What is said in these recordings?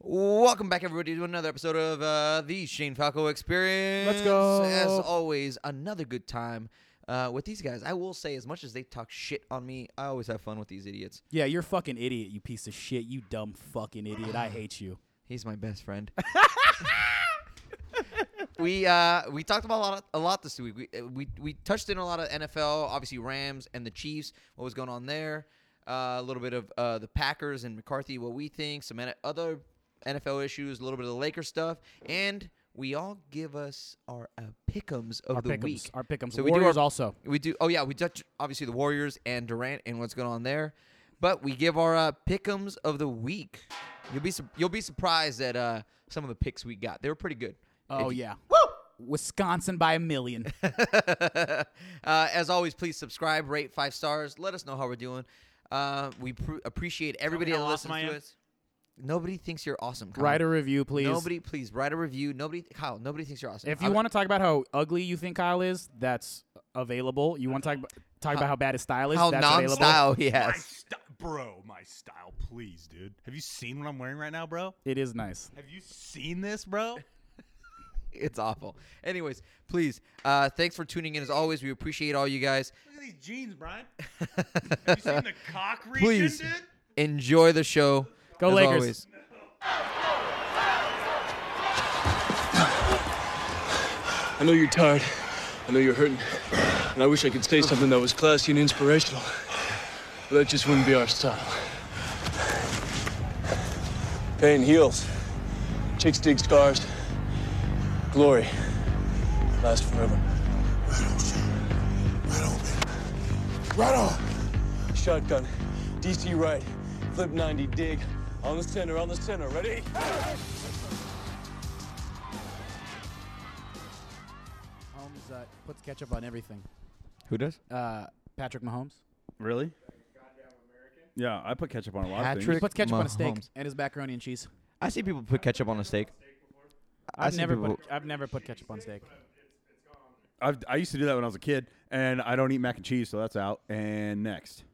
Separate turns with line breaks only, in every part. Welcome back, everybody, to another episode of uh, the Shane Falco Experience.
Let's go.
As always, another good time uh, with these guys. I will say, as much as they talk shit on me, I always have fun with these idiots.
Yeah, you're a fucking idiot, you piece of shit. You dumb fucking idiot. I hate you.
He's my best friend. we uh, we talked about a lot, a lot this week. We, uh, we we touched in a lot of NFL, obviously Rams and the Chiefs. What was going on there? Uh, a little bit of uh, the Packers and McCarthy. What we think? Some N- other NFL issues. A little bit of the Lakers stuff, and we all give us our uh, pickums of
Our
the
pickums.
week.
Our pickums.
So
So
we do
Warriors
our-
also.
We do. Oh yeah, we touch obviously the Warriors and Durant and what's going on there, but we give our uh, pickums of the week. You'll be sur- you'll be surprised at uh, some of the picks we got. They were pretty good.
Oh
If you-
yeah. Woo! Wisconsin by a million.
uh, as always, please subscribe, rate five stars. Let us know how we're doing. Uh, we pr- appreciate everybody
how
that
awesome I
listens to
am?
us. Nobody thinks you're awesome. Kyle.
Write a review, please.
Nobody, please write a review. Nobody, Kyle. Nobody thinks you're awesome.
if you
I'm-
want to talk about how ugly you think Kyle is, that's available. You want to talk about, talk about how bad his style is?
how
that's available.
non-style he
My
has.
st- bro, my style, please, dude. Have you seen what I'm wearing right now, bro?
It is nice.
Have you seen this, bro?
It's awful. Anyways, please, uh, thanks for tuning in. As always, we appreciate all you guys.
Look at these jeans, Brian. Have you seen the cock region,
Please.
dude?
Enjoy the show.
Go
as
Lakers.
always.
I know you're tired. I know you're hurting. And I wish I could say something that was classy and inspirational. But that just wouldn't be our style. Pain heals. Chicks dig scars. Glory lasts forever.
Right on.
Shotgun. DC right. Flip 90 dig. On the center, on the center. Ready?
Holmes uh, puts ketchup on everything.
Who does?
Uh, Patrick Mahomes.
Really? Yeah, I put ketchup on a lot
He
of
Patrick-
things.
puts ketchup on a steak
Mahomes.
and his macaroni and cheese.
I see people put ketchup on a steak. I
I've
see
never
people-
put I've never put ketchup on steak.
I've, I used to do that when I was a kid, and I don't eat mac and cheese, so that's out. And next,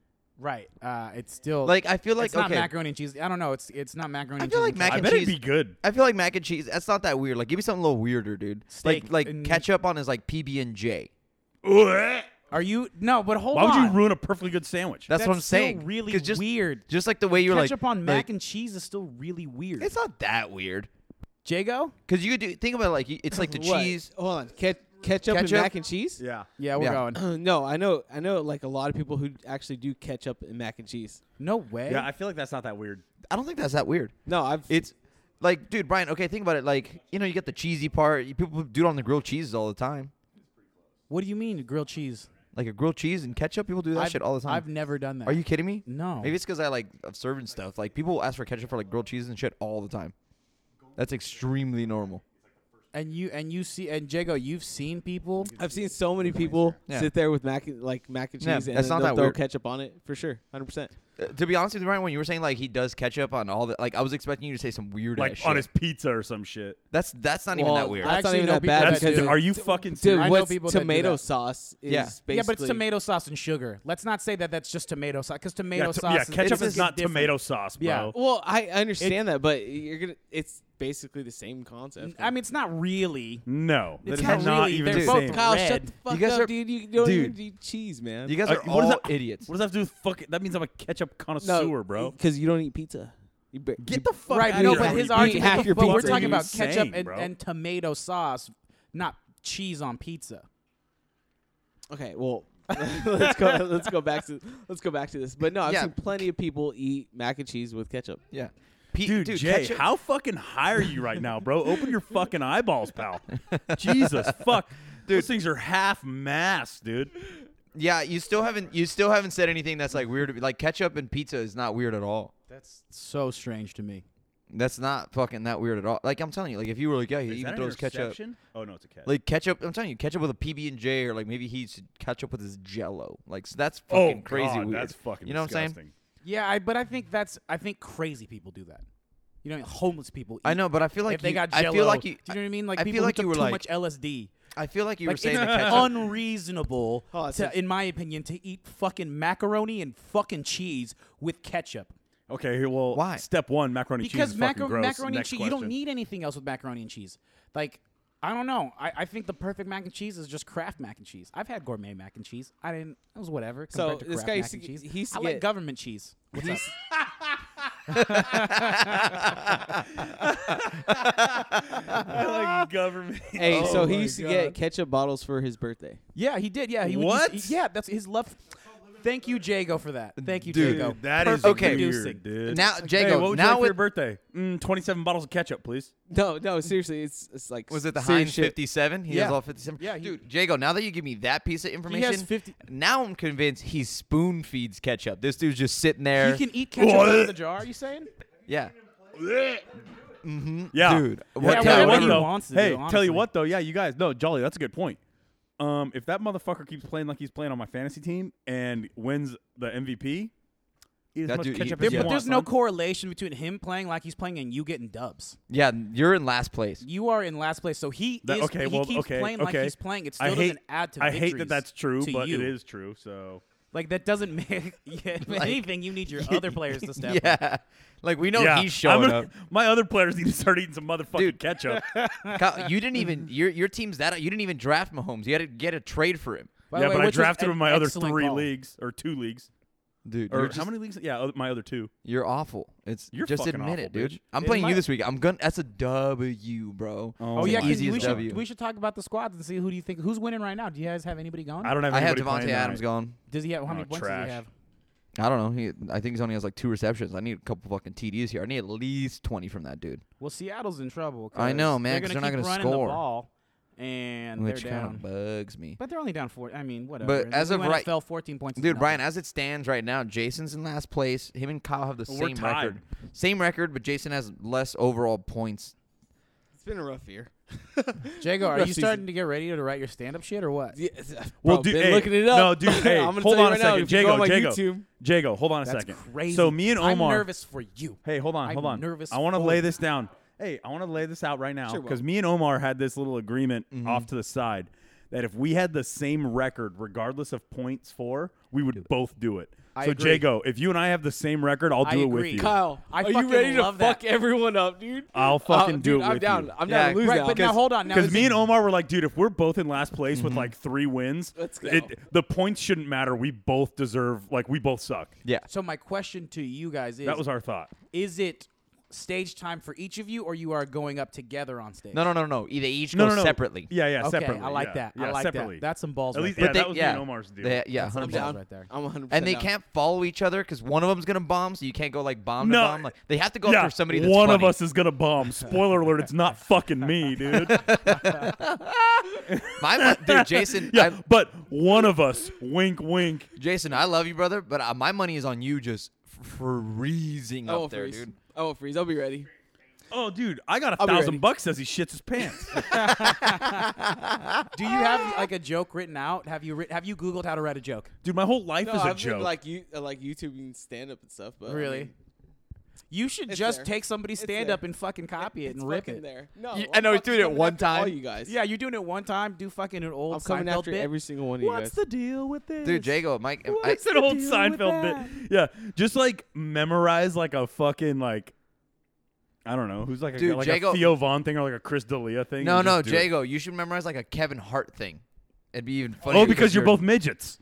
Right. Uh, it's still
Like I feel like
it's
okay.
not macaroni and cheese. I don't know. It's it's not macaroni.
I
and
feel
cheese
like
and
mac
I
and
bet
cheese.
it'd be good.
I feel like mac and cheese. That's not that weird. Like, give me something a little weirder, dude.
Steak
like, like
and-
ketchup on his like PB and J.
Why
Are you no? But hold
would
on.
you ruin a perfectly good sandwich?
That's, what I'm
That's still
saying.
really
'Cause just,
weird.
Just like the way you're
ketchup
like
on mac
like,
and cheese is still really weird.
It's not that weird.
Jago.
Because you could do think about it, like you- it's like the
What?
cheese.
Hold on. Ke- ketchup, and
Ketchup?
mac and cheese? Uh,
yeah.
Yeah, we're
Yeah.
going.
no, I know. I know. Like a lot of people who actually do ketchup and mac and cheese.
No way.
Yeah, I feel like that's not that weird.
I don't think that's that weird.
No, I've.
It's like, dude, Brian. Okay, think about it. Like you know, you get the cheesy part. You, people do it on the grilled cheeses all the time.
what do you mean grilled cheese?
Like a grilled cheese and ketchup. People do that
I've,
shit all the time.
I've never done that.
Are you kidding me?
No.
Maybe it's because I like of serving stuff. Like people ask for ketchup for like grilled cheese and shit all the time. That's extremely normal.
And you and you see and Jago, you've seen people.
I've seen so many people
Yeah.
sit there with mac and, like mac and cheese
Yeah,
and
that's not
then they'll
that
throw
weird.
ketchup on it for sure, hundred percent.
Uh, to be honest with you, Brian, when you were saying like he does ketchup on all the like, I was expecting you to say some weird ass
Like
shit.
on his pizza or some shit.
That's that's not even
Well,
that weird.
That's not
actually
even
know
that
people
bad
that
That's
because
do.
are you fucking
Dude,
serious?
I know
what's
people that do
tomato
that.
sauce? Is
Yeah.
basically
Yeah, but it's tomato sauce and sugar. Let's not say that that's just tomato sauce because tomato
Yeah, t-
sauce.
yeah, ketchup
It's
is not
different.
tomato sauce, bro.
Yeah.
Well, I I understand that, but you're gonna. It's basically the same concept.
I mean, it's not really.
No, that
It's
is
not
not,
really-
even
they're
the
both
same.
red.
Kyle, shut the fuck
guys
up,
are-
dude. You don't
dude.
even eat cheese, man.
you guys
Uh,
are
what
all
does that-
idiots.
What does that have to do with fucking? That means I'm a ketchup connoisseur, bro.
Because you don't eat pizza. You ba-
Get the fuck
Right,
Out
no,
of here.
but his
You eat
argument.
half your
but we're
pizza.
talking about
Insane,
ketchup and,
bro.
and tomato sauce, not cheese on pizza.
Okay, well, let's go. Let's go back to let's go back to this. But no, I've
Yeah.
seen plenty of people eat mac and cheese with ketchup.
yeah, Pe-
Dude, Jay,
ketchup-
how fucking high are you right now, bro? Open your fucking eyeballs, pal. Jesus fuck. Those things are half mass, dude.
Yeah, you still haven't you still haven't said anything that's like weird. Like ketchup and pizza is not weird at all.
That's so strange to me.
That's not fucking that weird at all. Like I'm telling you, like if you were like, yeah, he even throws ketchup.
Oh no, it's a catch.
Like ketchup, I'm telling you, ketchup with a PB and J, or like maybe he should catch up with his Jello. Like so that's
oh
fucking crazy
God,
weird.
That's fucking.
You know what I'm saying?
disgusting.
Yeah, I, but I think that's I think crazy people do that. You know, homeless people. Eat,
I know, but I feel like
if they
you-
got
I
Jello,
feel like you.
do you know what I mean? Like
I
people
feel
who
like
took
you were
too
like.
much LSD.
I feel like you were
Like,
saying
it's
the ketchup.
unreasonable,
Oh, that's
to,
just-
in my opinion, to eat fucking macaroni and fucking cheese with ketchup.
Okay, here, well,
Why?
Step one, macaroni and cheese.
because
is fucking
macar-
gross.
macaroni and
Next
cheese, you don't
question.
need anything else with macaroni and cheese. Like, I don't know. I, I think the perfect mac and cheese is just Kraft mac and cheese. I've had gourmet mac and cheese. I didn't. It was whatever.
So,
compared to
this
Kraft
guy
mac
used
and
to
cheese.
g- he used to
I like
get-
government cheese. What's up?
I like government.
Hey,
Oh
so he
my
used to
God.
get ketchup bottles for his birthday.
Yeah, he did. Yeah, he would
What?
use- yeah, that's his love. Thank you, Jago, for that. Thank you,
Dude,
Jago.
that is
Perfect
Okay.
producing.
weird, dude.
Now,
Hey,
Jago,
what would you
now
like for
with-
your birthday? Mm, Twenty-seven bottles of ketchup, please.
No, no, seriously, it's it's like
Was it the
serious
Heinz
shit.
57? He has
Yeah.
all 57.
Yeah, he-
dude, Jago. Now that you give me that piece of information,
50
now I'm convinced he spoon feeds ketchup. This dude's just sitting there.
He can eat ketchup out of the jar. Are you saying?
yeah,
Yeah,
dude. What
Yeah, tell
kind
you
of
what,
rubber-
though.
He wants to do,
hey, tell
honestly.
you what though. Yeah, you guys. No, Jolly, that's a good point. Um, if that motherfucker keeps playing like he's playing on my fantasy team and wins the MVP, eat as
That
much
dude
ketchup
eats-
as
yeah.
you
But
But
want,
there's no
son.
correlation between him playing like he's playing and you getting dubs.
yeah, you're in last place.
You are in last place, so he
That-
is.
okay,
he
well,
keeps
okay,
playing like
okay.
he's playing. It
I
still
hate-
doesn't add to.
I hate
victories
that that's true,
to
but
you.
it is true. So
Like that doesn't make yeah, if anything. You need your other players to step up.
Yeah, like we know
yeah,
Oh, he's showing
I'm
up.
gonna- My other players need to start eating some motherfucking
Dude.
ketchup.
Kyle, you didn't even your your team's that you didn't even draft Mahomes. You had to get a trade for him,
By the
yeah,
way,
but I
which was
drafted him
an
in my other
excellent
three
call.
leagues or two leagues
dude.
or
you're,
how
just-
many leagues? Yeah, oth- my other two.
you're awful. It's
You're
just
fucking
admit
awful,
it, dude.
bitch.
I'm
It
playing you
might-
this week. I'm gonna. That's a W, bro.
Oh
Oh
It's
yeah,
the
'cause
easiest
we should
W.
we should talk about the squads and see who do you think who's winning right now. Do you guys have anybody going?
I don't have.
I have
anybody
Devonte
playing
Adams
tonight.
gone.
Does he have how
Oh,
many points does
trash.
he have?
I don't know. He, I think he's only has like two receptions. I need a couple fucking TDs here. I need at least twenty from that dude.
Well, Seattle's in trouble.
I know,
'cause
man, 'cause
They're
they're
gonna
not
keep
gonna
running the
score.
ball, and
which
they're
kind
down.
of bugs me.
But they're only down four. I mean, whatever.
But
And
as
the
of right-
fell fourteen points. is
Dude, Brian,
nothing.
as it stands right now, Jason's in last place. Him and Kyle have the
We're
same record. Same record, but Jason has less overall points.
It's been a rough year.
Jago, are
rough
you
season.
starting to get ready to write your stand-up shit or what?
Yeah,
Well,
bro,
dude,
been
hey,
looking it up.
no, dude, hey,
I'm gonna tell
hold
you
on a
right now,
second.
if you go on
Jago,
my
Jago.
YouTube,
Jago, hold on a
That's
second.
crazy.
So me and Omar.
I'm nervous for you.
Hey, hold on,
I'm
hold on.
nervous
I want to
for
lay
you.
this down. Hey, I want to lay this out right now
Sure, Will.
because me and Omar had this little agreement off to the side that if we had the same record, regardless of points for, we would both do it.
I
so
agree.
Jago, if you and I have the same record, I'll do
I
it with
agree.
you.
Kyle,
I
are you
fucking
ready to
love that.
fuck everyone up, dude?
Oh,
I'll fucking do
dude,
it
I'm
with
down.
you.
I'm
Yeah,
down to lose
Right,
now.
but now hold on. Now Mm-hmm.
Because
is
me
it-
and Omar were like, dude, if we're both in last place with like three wins,
Let's go.
the points shouldn't matter. We both deserve, like, we both suck.
Yeah.
So my question to you guys is:
That was our thought.
Is it stage time for each of you, or you are going up together on stage?
No, no, no, no. They each
No,
go
no, no.
separately.
Yeah, yeah,
Okay,
separately.
I like
yeah.
that.
Yeah,
I like
separately.
that. That's some balls.
At
right
least-
there.
yeah,
they-
that was me and Omar's deal.
They- yeah,
That's- I'm
100%.
I'm down.
right there.
I'm 100.
And they can't follow each other because one of them's gonna bomb, so you can't go like bomb to
No.
bomb. Like they have to go
yeah,
after somebody that's
one of
funny.
us is gonna bomb. Spoiler alert: It's not fucking me, dude.
My mon- dude, Jason.
Yeah,
I,
but one of us. Wink, wink.
Jason, I love you, brother, but uh, my money is on you just f- freezing
I
up
Oh,
won't
there,
freeze.
dude.
I won't freeze. I'll be ready.
Oh, dude, I got a
I'll be
thousand
ready.
bucks as he shits his pants.
Do you have like a joke written out? Have you writ- have you Googled how to write a joke?
dude, my whole life
No,
is a
I've
joke.
been like you, uh, like YouTube and stand up and stuff, but Uh, I
Really?
mean,
You should
It's
just
there.
take somebody's
It's
stand
there.
up and fucking copy it
it's
and rip
fucking
it.
there. No,
You-
I'm
I know,
fucking
dude, at
coming
one
after All
time-
you guys.
Yeah, you're doing it one time. Do fucking an old
I'm coming
Seinfeld
after
bit.
every single one of you
What's the
guys.
deal with this,
Dude, Jago, Mike, I,
It's an old
deal with
Seinfeld
that?
bit. Yeah, just like memorize like a fucking like. I don't know who's like a
Dude,
like
Jago-
a Theo Vaughn thing or like a Chris D'Elia thing.
No,
and
no,
just do it.
Jago, you should memorize like a Kevin Hart thing. It'd be even funnier.
Oh, because you're both midgets.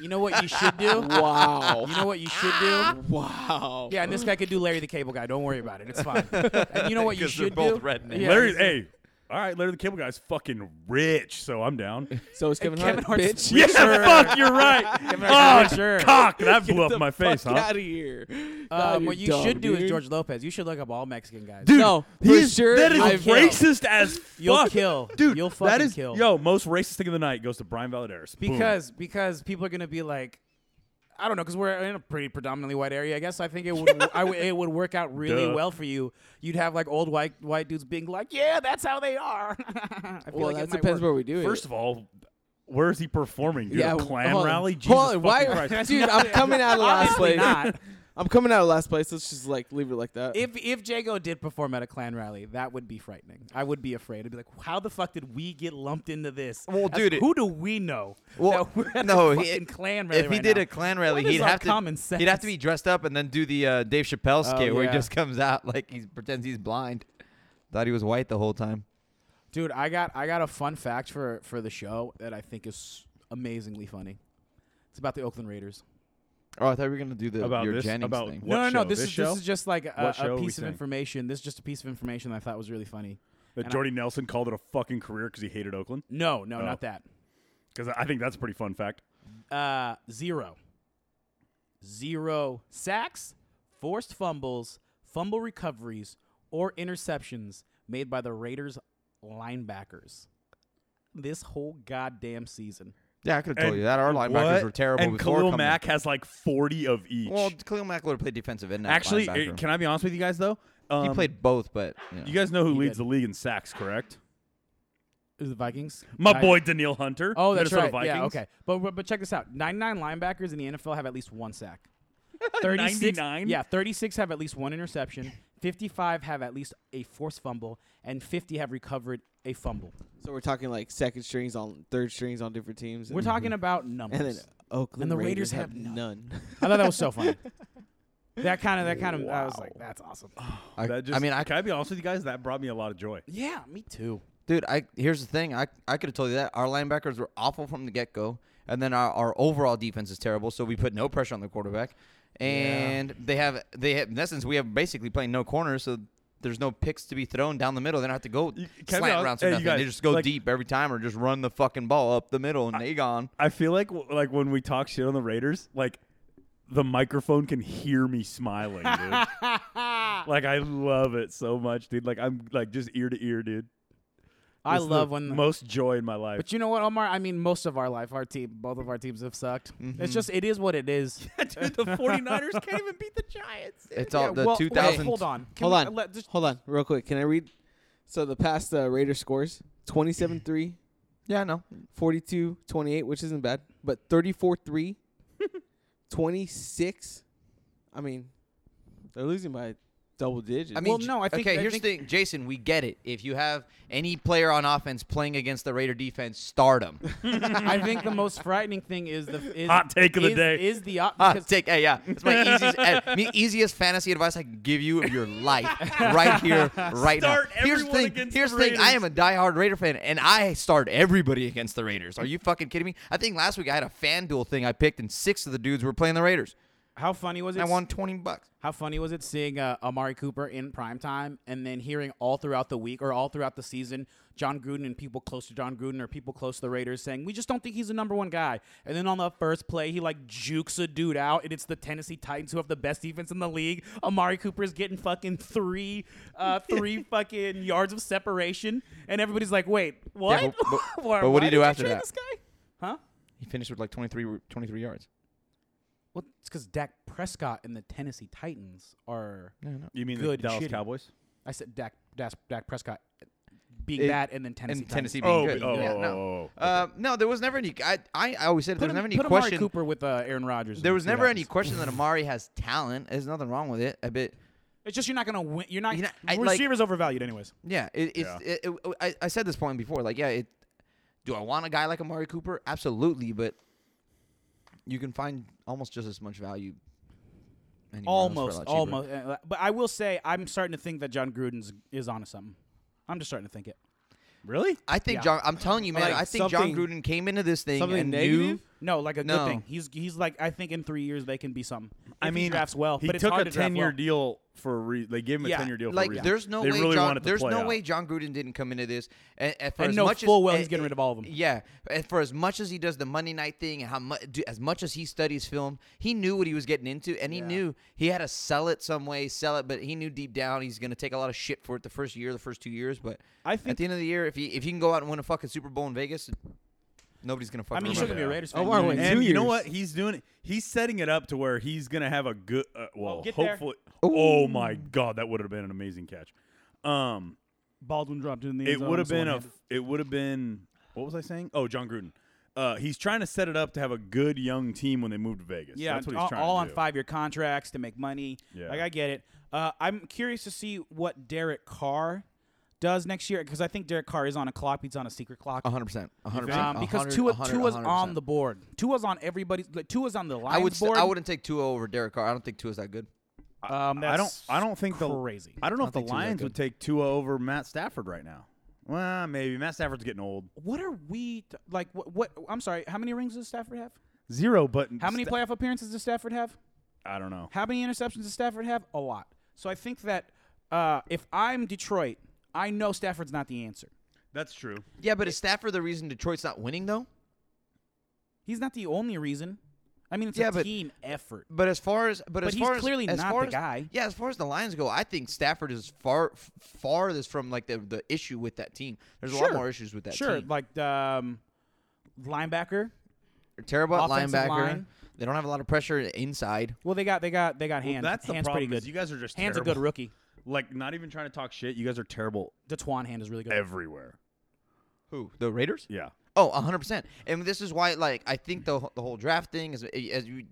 You know what you should do?
Wow.
You know what you should do?
wow.
Yeah, and this guy could do Larry the Cable Guy. Don't worry about it. It's fine. And you know what you
'Cause they're
should
both
do?
rednecks.
Yeah,
Larry,
he's-
hey, all right, Larry the Cable Guy's fucking rich, so I'm down.
So it's Kevin,
Kevin
Hart,
Hart's
bitch.
yeah, fuck, you're right.
Hart's
oh,
richer.
cock, that blew
Get
up my
the
face,
fuck
huh?
Out of here. God,
Um,
you're
what you
dumb,
should do
dude.
is George Lopez. You should look up all Mexican guys.
Dude,
No, for
he's-
sure,
that is
I
will.
racist as fuck.
You'll kill.
dude.
You'll
that
fucking
is
kill.
yo most racist thing of the night goes to Brian Valadares Boom.
because because people are gonna be like, I don't know, because we're in a pretty predominantly white area. I guess I think it would I would it would work out really
Duh.
well for you. You'd have like old white white dudes being like, yeah, that's how they are. I feel
Well,
like it might
that depends
work.
where we do it.
first of all, where is he performing? Dude,
yeah,
a Klan
hold on.
rally? Jesus
Hold on,
fucking
why,
Christ.
dude? I'm coming out of last
Obviously
place.
not.
I'm coming out of last place. Let's just like leave it like that.
If if Jago did perform at a clan rally, that would be frightening. I would be afraid. I'd be like, how the fuck did we get lumped into this?
Well,
As-
dude, it-
who do we know? that we're at
no,
a
he-
fucking clan rally.
If he
right
did
now?
a clan rally,
What is
he'd
our
have to
common sense?
he'd have to be dressed up and then do the uh, Dave Chappelle
Oh,
skit where
yeah.
he just comes out like he pretends he's blind. Thought he was white the whole time.
Dude, I got I got a fun fact for for the show that I think is amazingly funny. It's about the Oakland Raiders.
Oh, I thought we were gonna do the
About
your
this-
Jennings
about-
thing.
What
no, no, no.
show?
This,
This
is
show?
this is just like a,
What
a
show are we
piece of
saying?
information. This is just a piece of information that I thought was really funny.
That
And I-
Jordy Nelson called it a fucking career because he hated Oakland.
No, no,
Oh.
not that.
Because I think that's a pretty fun fact.
Uh, zero. Zero sacks, forced fumbles, fumble recoveries, or interceptions made by the Raiders linebackers this whole goddamn season.
Yeah, I could have told
And-
you that. Our
and
linebackers
what?
were terrible
And
before
Khalil
coming.
Mack has like forty of each.
Well, Khalil Mack would have played defensive end. not
Actually,
linebacker.
it- can I be honest with you guys though? Um,
he played both, but you know.
You guys know who
He
leads
did.
the league in sacks, correct?
It was the Vikings.
My
Nine-
boy Daniil Hunter.
Oh, that's
Minnesota
right.
Vikings.
Yeah, okay. But but- but check this out. 99 linebackers in the NFL have at least one sack. 36
99?
Yeah, 36 have at least one interception. 55 have at least a forced fumble and 50 have recovered a fumble.
so we're talking like second strings on third strings on different teams.
We're talking about numbers.
Mm-hmm. and then Oakland
And the Raiders
Raiders,
have
have
none.
none.
I thought that was so funny. That kind of that kind of I was like that's awesome.
I,
That just,
I mean, I
can I be honest with you guys? That brought me a lot of joy.
Yeah, me too.
Dude, I here's the thing. I I could have told you that our linebackers were awful from the get go, and then our, our overall defense is terrible. So we put no pressure on the quarterback, and they have they have, in essence we have basically playing no corners, so there's no picks to be thrown down the middle. They don't have to go
You- can I be
slant
honest-
routes or
hey, you
nothing. they
guys,
just go
like-
deep every time, or just run the fucking ball up the middle, and they gone.
I feel like like when we talk shit on the Raiders, like the microphone can hear me smiling, dude. like I love it so much, dude. Like I'm like just ear to ear, dude.
I
It's the
love when
most joy in my life.
But you know what, Omar? I mean, most of our life, our team, both of our teams have sucked. It's just it is what it is.
Mm-hmm. dude, the 49ers can't even beat the Giants.
It's all the
well, wait,
2000.
hold on. Can
hold
we-
on,
let- just-
hold on, real quick. Can I read? So the past uh, Raiders scores 27-3,
Yeah, I know.
42-28, which isn't bad, but 34-3, 26. I mean, they're losing by double digits.
I mean,
Well, no, I think-
okay.
I
here's
think-
the thing, Jason. We get it. If you have any player on offense playing against the Raider defense, start him.
I think the most frightening thing is the is,
Hot take of the
is-
day.
is the op-
Hot
because
Ah, take. Hey, yeah, it's my easiest, eh, me- easiest fantasy advice I can give you of your life, right here, right
Start
now. Here's the
everyone
thing.
against
Here's
the
thing. I am a
Raiders.
diehard Raider fan, and I start everybody against the Raiders. Are you fucking kidding me? I think last week I had a fan duel thing I picked, and six of the dudes were playing the Raiders.
how funny was it?
And I won twenty bucks.
How funny was it seeing uh, Amari Cooper in prime time and then hearing all throughout the week or all throughout the season John Gruden and people close to John Gruden or people close to the Raiders saying, we just don't think he's the number one guy. And then on the first play, he like jukes a dude out and it's the Tennessee Titans who have the best defense in the league. Amari Cooper's getting fucking three, uh, three fucking yards of separation. And everybody's like, wait, what?
but- but-
Why-
but what do
why
you do
did they
after
trade
that?
This guy? Huh?
He finished with like 23, 23 yards.
Well, it's because Dak Prescott and the Tennessee Titans are.
You mean
Good
the Dallas
shitty.
Cowboys?
I said Dak, Dak, Dak Prescott being
It-
bad and then Tennessee.
And Tennessee
Titans.
being
Oh,
good.
oh,
yeah,
oh,
no.
oh, oh,
Uh, no, there was never any. I, I I always said there
Put,
was
him,
never any
put Amari
question.
Cooper with uh, Aaron Rodgers.
There
and
was
see what
never any
happens.
question that Amari has talent. There's nothing wrong with it. A bit.
It's just you're not gonna win. You're not.
You know, I- like-
receivers overvalued, anyways.
Yeah, it, it's.
Yeah.
It, it- I, I said this point before. Like, yeah, it. Do I want a guy like Amari Cooper? Absolutely, but you can find almost just as much value. anywhere else for a
Almost,
lot cheaper.
almost. uh, But I will say, I'm starting to think that John Gruden's is onto something. I'm just starting to think it.
Really?
I think
Yeah.
John. I'm telling you, man.
Like
I think John
something-
Gruden came into this thing
something
and knew.
negative?
No, like a good
No.
thing. He's he's like I think in three years they can be something. If
I
he
mean,
drafts well.
He
but it's
took
hard
a
to draft
year
well.
deal for a re- they gave him a
Yeah,
ten year deal. for a
Like
reason.
there's no
they
way
really
John,
wanted to
there's
play
no
out.
way John Gruden didn't come into this and, and for
And
as
know
much
full
as,
well he's
eh,
getting rid of all of 'em.
Yeah, and for as much as he does the Monday night thing and how much as much as he studies film, he knew what he was getting into and he knew he had to sell it some way, sell it, but he knew deep down he's going to take a lot of shit for it the first year, the first 2 years, but
I
at
think-
the end of the year if he if you can go out and win a fucking Super Bowl in Vegas, nobody's going to
I
fucking
mean, you should
remember.
gonna be a
Yeah.
Raiders fan.
Omar
you know
went
what I mean?
in
And
two
you know
years.
what he's doing? He's setting it up to where he's gonna have a good. Uh, well,
get there.
hopefully. Oh my God, that would have been an amazing catch. Um,
Baldwin dropped it in the.
it
end zone
would have
with
been a.
one hand.
It would have been. What was I saying? Oh, John Gruden. Uh, he's trying to set it up to have a good young team when they move to Vegas.
Yeah,
that's what
all,
he's trying
all
to
on
do.
five-year contracts to make money.
Yeah.
Like I get it. Uh, I'm curious to see what Derek Carr does next year because I think Derek Carr is on a clock. He's on a secret clock.
100 percent, 100
Um,
percent.
because Tua, Tua's on the board. Tua's on everybody's. Like, Tua's on the Lions
I would st-
board.
I wouldn't take Tua over Derek Carr. I don't think Tua's that good.
Um,
I don't.
that's
I don't think the
crazy.
I don't know if the
think Tua's that
Lions
good.
would take Tua over Matt Stafford right now. Well, maybe Matt Stafford's getting old.
What are we t- like? What, what? I'm sorry. How many rings does Stafford have?
Zero, but
How many
Sta-
playoff appearances does Stafford have?
I don't know.
How many interceptions does Stafford have? A lot. So I think that uh, if I'm Detroit, I know Stafford's not the answer.
That's true.
Yeah, but is Stafford the reason Detroit's not winning though?
He's not the only reason. I mean, it's
Yeah,
a
but-
team effort.
But as far as but,
But
as
he's
far as-
clearly
as,
not
far
the
as-
guy.
Yeah, as far as the Lions go, I think Stafford is far f- farthest from like the the issue with that team. There's a lot
Sure.
more issues with that
sure,
team.
like um, linebacker.
They're terrible at
offensive
linebacker.
line.
They don't have a lot of pressure inside.
Well, they got they got they got hands.
that's the
hands
problem.
pretty good.
Is you guys are just
hands
terrible.
a good rookie.
Like, not even trying to talk shit. You guys are terrible
Detuan hand is really good.
everywhere.
Who the Raiders?
Yeah.
Oh, 100 percent. And this is why, like, I think the wh- the whole draft thing is eh, as you.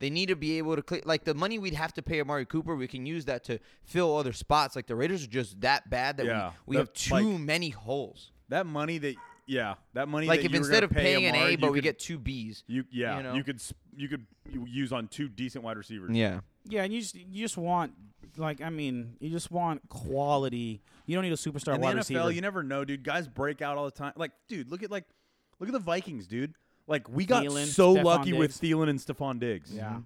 They need to be able to clear, like the money we'd have to pay Amari Cooper. We can use that to fill other spots. Like the Raiders are just that bad that
Yeah.
we, we
That-
have too
like-
many holes.
That money that yeah, that money.
Like
that
if
you were
instead
gonna
of
pay
paying
Amari,
an A,
you
but we
could-
get two Bs.
you
you
yeah you,
know?
could s- you could you use on two decent wide receivers.
Yeah.
Yeah, and you just you just want like I mean you just want quality. You don't need a superstar
In the
wide
NFL,
receiver.
you never know, dude. Guys break out all the time. Like, dude, look at like look at the Vikings, dude. Like we got
Thielen,
so
Stephon
lucky with
Diggs.
Thielen and Stephon Diggs.
yeah,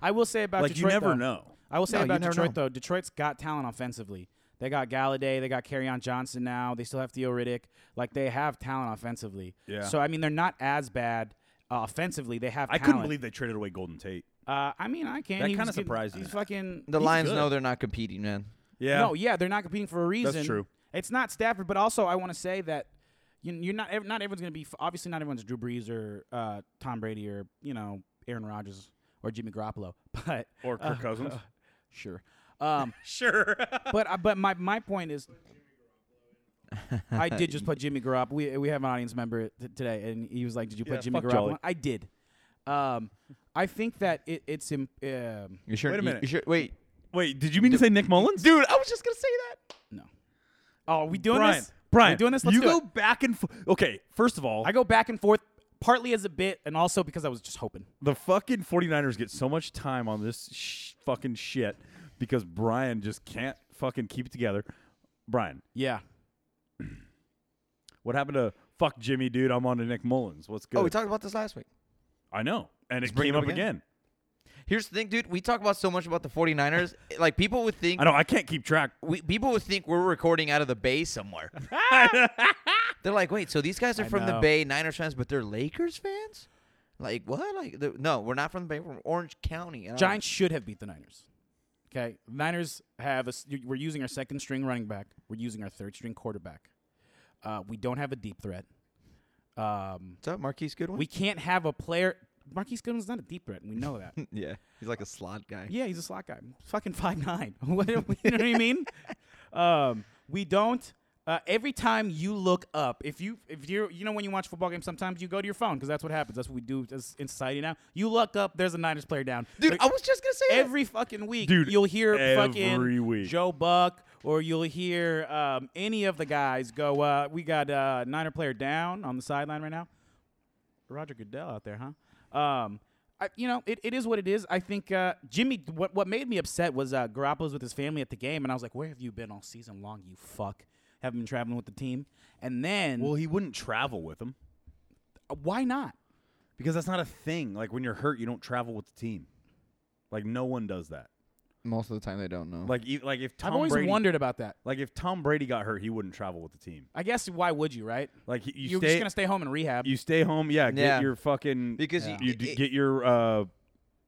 I will say about
Like you
Detroit,
never
though-
know.
I will
Mm-hmm.
say
No, you
about
never
Detroit
know.
though. Detroit's got talent offensively. They got Galladay. They got Carryon Johnson now. They still have Theo Riddick. Like they have talent offensively.
Yeah.
So I mean they're not as bad uh, offensively. They have.
I
talent.
couldn't believe they traded away Golden Tate.
Uh, I mean I can't.
That
He was
kinda
getting-
surprised me.
He's fucking.
The
he's
Lions
good.
know they're not competing, man.
Yeah.
No, yeah, they're not competing for a reason.
true.
It's not Stafford, but also I want to say that you- you're not. ev- Not everyone's going to be. Obviously, not everyone's Drew Brees or uh, Tom Brady or you know Aaron Rodgers or Jimmy Garoppolo, but
Or Kirk
uh,
Cousins.
sure. Um,
sure.
but I but my my point is. I did just put Jimmy Garoppolo. We we have an audience member t- today, and he was like, "Did you put
Yeah,
Jimmy
fuck
Garoppolo?"
Jolly.
on?" I did. Um, I think that it, it's im- um,
You sure?
Wait a
you-
minute.
You, sure, wait,
Wait, did you mean to say Nick Mullins?
dude. I was just gonna say that.
no. Oh, are we doing
Brian,
this?
Brian,
we doing this. Let's
you
do
go
it.
back and forth. Okay, first of all,
I go back and forth partly as a bit and also because I was just hoping.
the fucking 49ers get so much time on this sh- fucking shit because Brian just can't fucking keep it together. Brian,
Yeah.
what happened to fuck Jimmy, dude? I'm on to Nick Mullins. What's good?
Oh, we talked about this last week.
I know. And it
bring
came
it
up
up
again.
again. Here's the thing, dude. We talk about so much about the 49ers. like people would think
I know. I can't keep track.
we people would think we're recording out of the bay somewhere. they're like, wait, so these guys are
I
from the
know.
Bay, Niners fans, but they're Lakers fans? Like what? Like the, no, we're not from the Bay. We're from Orange County. And I'm
Giants should have beat the Niners. Okay. Niners have a s- y- we're using our second string running back. We're using our third string quarterback. Uh, we don't have a deep threat. Um,
Like, What's up, Marquise Goodwin?
we can't have a player Marquise Goodwin's not a deep threat, and we know that.
yeah, he's like a slot guy.
Yeah, he's a slot guy. Fucking five nine. what, do we- you know what I mean? Um, we don't. Uh, every time you look up, if you if you are you know when you watch football games, sometimes you go to your phone because that's what happens. That's what we do as in society now. You look up, there's a Niners player down.
Dude,
Like,
I was just gonna say that.
every fucking week,
Dude,
you'll hear
every
fucking
week.
Joe Buck or you'll hear um, any of the guys go. Uh, we got uh, Niner player down on the sideline right now. Roger Goodell out there, huh? Um, I, you know, it, it is what it is. I think uh, Jimmy. What what made me upset was uh, Garoppolo's with his family at the game, and I was like, "Where have you been all season long? You fuck! Haven't been traveling with the team." And then, uh,
Well, he wouldn't travel with him
why not?
because that's not a thing. Like when you're hurt, you don't travel with the team. Like no one does that.
Most of the time, they don't know.
Like e- like if Tom
I've always
Brady,
wondered about that.
like if Tom Brady got hurt, he wouldn't travel with the team.
I guess why would you, right?
Like he, you
You're
stay,
just gonna stay home and rehab.
you stay home. Yeah, get
Yeah.
your fucking
Because
you,
you-
d-
it-
get your uh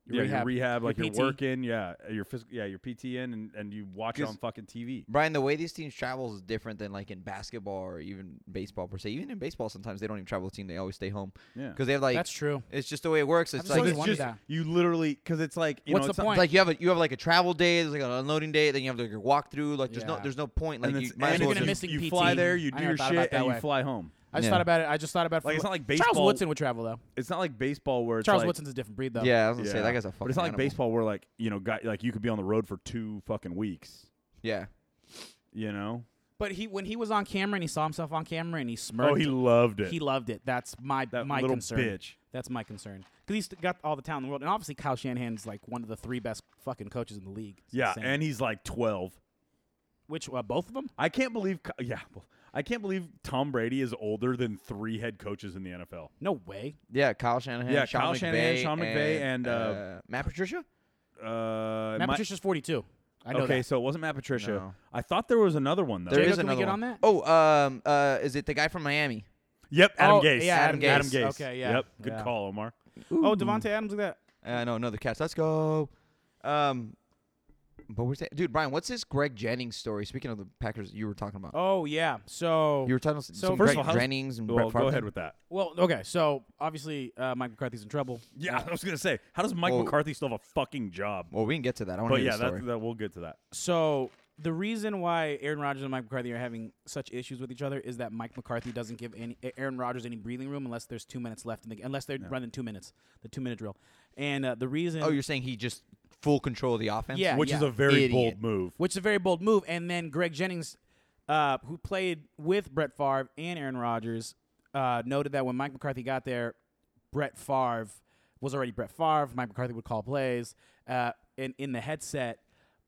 yeah, your
rehab.
rehab
Your
like you're
PT.
working. Yeah, your phys- yeah your PT in and and you watch it
'Cause-
on fucking TV.
Brian, the way these teams travel is different than like in basketball or even baseball per se. Even in baseball, sometimes they don't even travel with the team; they always stay home
Yeah,
because they have like
That's true.
It's just the way it works. It's
just
like
always
it's just-
wondered that.
you literally because it's like you
What's
know,
the
it's not-
point?
it's like you have a you have like a travel day, there's like an unloading day, then you have like your walkmiss through. Like there's no
Yeah.
there's no point. Like
And
you
it's-
might as
and
you're
well
it's
gonna
just
miss
just-
missing
you
PT.
fly there, you
I
do
never
your
thought about
shit,
that
and you
way.
fly home.
I just
Yeah.
thought about it. I just thought about it.
Like,
from-
it's not like
Charles
baseball-
Woodson would travel though.
It's not like baseball where it's
Charles
like,
Woodson's a different breed though.
Yeah, I was gonna say
Yeah.
that guy's a fucking.
But it's not like
animal.
baseball where like you know, guy, like you could be on the road for two fucking weeks.
Yeah,
You know?
But he when he was on camera and he saw himself on camera and he smirked.
Oh, he loved it.
He loved it. That's my
that
my
little
concern.
bitch.
That's my concern. Because he's got all the talent in the world, and obviously Kyle Shanahan's like one of the three best fucking coaches in the league. It's
Yeah,
insane.
and he's like twelve.
which uh, both of them?
I can't believe. Ky- Yeah, well, I can't believe Tom Brady is older than three head coaches in the NFL.
No way.
yeah. Kyle Shanahan.
Yeah,
Sean
Kyle
McVay,
Shanahan, Sean McVay, and, uh,
Matt Patricia.
Uh,
Matt
my-
Patricia's forty two. I know
okay,
that.
so it wasn't Matt Patricia.
No.
I thought there was another one though.
There
Jacob,
is
can we
another
get
one.
on that?
Oh, um, uh, is it the guy from Miami?
yep, Adam
Oh,
Gase.
yeah,
Adam
Adam
Gase.
Gase.
Okay, yeah,
Yep, good
yeah.
call, Omar.
Oh, Devonte Adams like that.
Uh, no, another catch. Let's go. Um, but we're saying, dude, Brian, what's this Greg Jennings story? Speaking of the Packers, you were talking about.
Oh yeah. So
You were talking about
So
some
first
Greg
of all, how's-
Jennings and
Well,
Brett
go
Favre
ahead
thing?
with that.
well, okay. So obviously uh, Mike McCarthy's in trouble.
Yeah, I was gonna say, how does Mike
Well-
McCarthy still have a fucking job?
Well, we can get to that. I want to
But
hear
yeah,
the story.
that, that we'll get to that.
So the reason why Aaron Rodgers and Mike McCarthy are having such issues with each other is that Mike McCarthy doesn't give any, Aaron Rodgers any breathing room unless there's two minutes left in the unless they're running two minutes, the two minute drill. And uh, the reason,
oh, you're saying he just full control of the offense?
Yeah.
Which is a very
Idiot.
bold move.
which is a very bold move. And then Greg Jennings, uh, who played with Brett Favre and Aaron Rodgers, uh, noted that when Mike McCarthy got there, Brett Favre was already Brett Favre. Mike McCarthy would call plays, uh, and in the headset,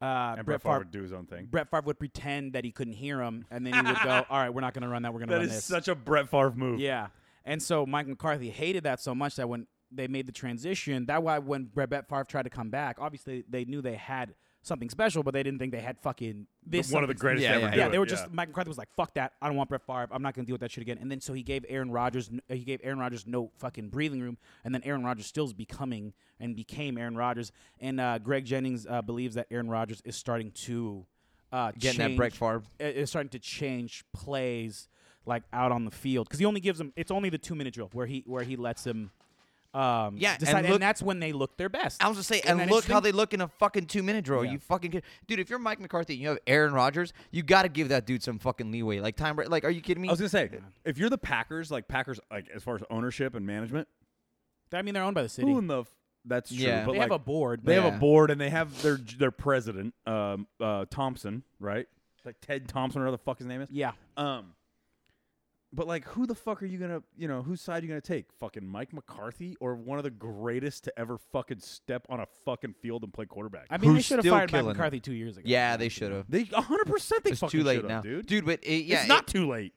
uh,
And
Brett
Brett Favre
Favre
would do his own thing.
Brett Favre would pretend that he couldn't hear him, and then he would go, "All right, we're not going to run that. We're going to
That
run
is
this."
such a Brett Favre move.
yeah, and so Mike McCarthy hated that so much that when they made the transition, that why when Brett Favre tried to come back, obviously they knew they had something special, but they didn't think they had fucking this
One of the
something-
greatest
Yeah,
to ever.
yeah.
do
Yeah,
it,
they were just Mike McCarthy was like, "Fuck that! I don't want Brett Favre. I'm not going to deal with that shit again." And then so he gave Aaron Rodgers n- he gave Aaron Rodgers no fucking breathing room, and then Aaron Rodgers still is becoming and became Aaron Rodgers. And uh, Greg Jennings uh, believes that Aaron Rodgers is starting to uh,
Getting that Brett
change-
Favre.
i- is starting to change plays like out on the field because he only gives him it's only the two minute drill where he where he lets him um
Yeah, and
decide and,
look-
that's when they look their best
I was just saying, and
Isn't that
look how
interesting?
they look in a fucking two minute drill.
Yeah.
You fucking kid- dude. If you're Mike McCarthy and you have Aaron Rodgers, you got to give that dude some fucking leeway. Like time, like are you kidding me?
I was gonna say, if you're the Packers, like Packers, like as far as ownership and management,
I mean they're owned by the city
who in the f- that's true.
Yeah.
But
they
like,
have a board
they have
Yeah.
a board and they have their their president, um, uh, Thompson, right? Like Ted Thompson, or whatever the fuck his name is.
yeah
Um, but like, who the fuck are you gonna, you know, whose side are you gonna take? Fucking Mike McCarthy or one of the greatest to ever fucking step on a fucking field and play quarterback?
I mean they
Who's
should have
still
fired Mike
killing it.
McCarthy two years ago
yeah, they should have.
they 100 percent they
It's
fucking
too late
should've,
now,
dude.
But it, yeah,
it's not
It,
too late.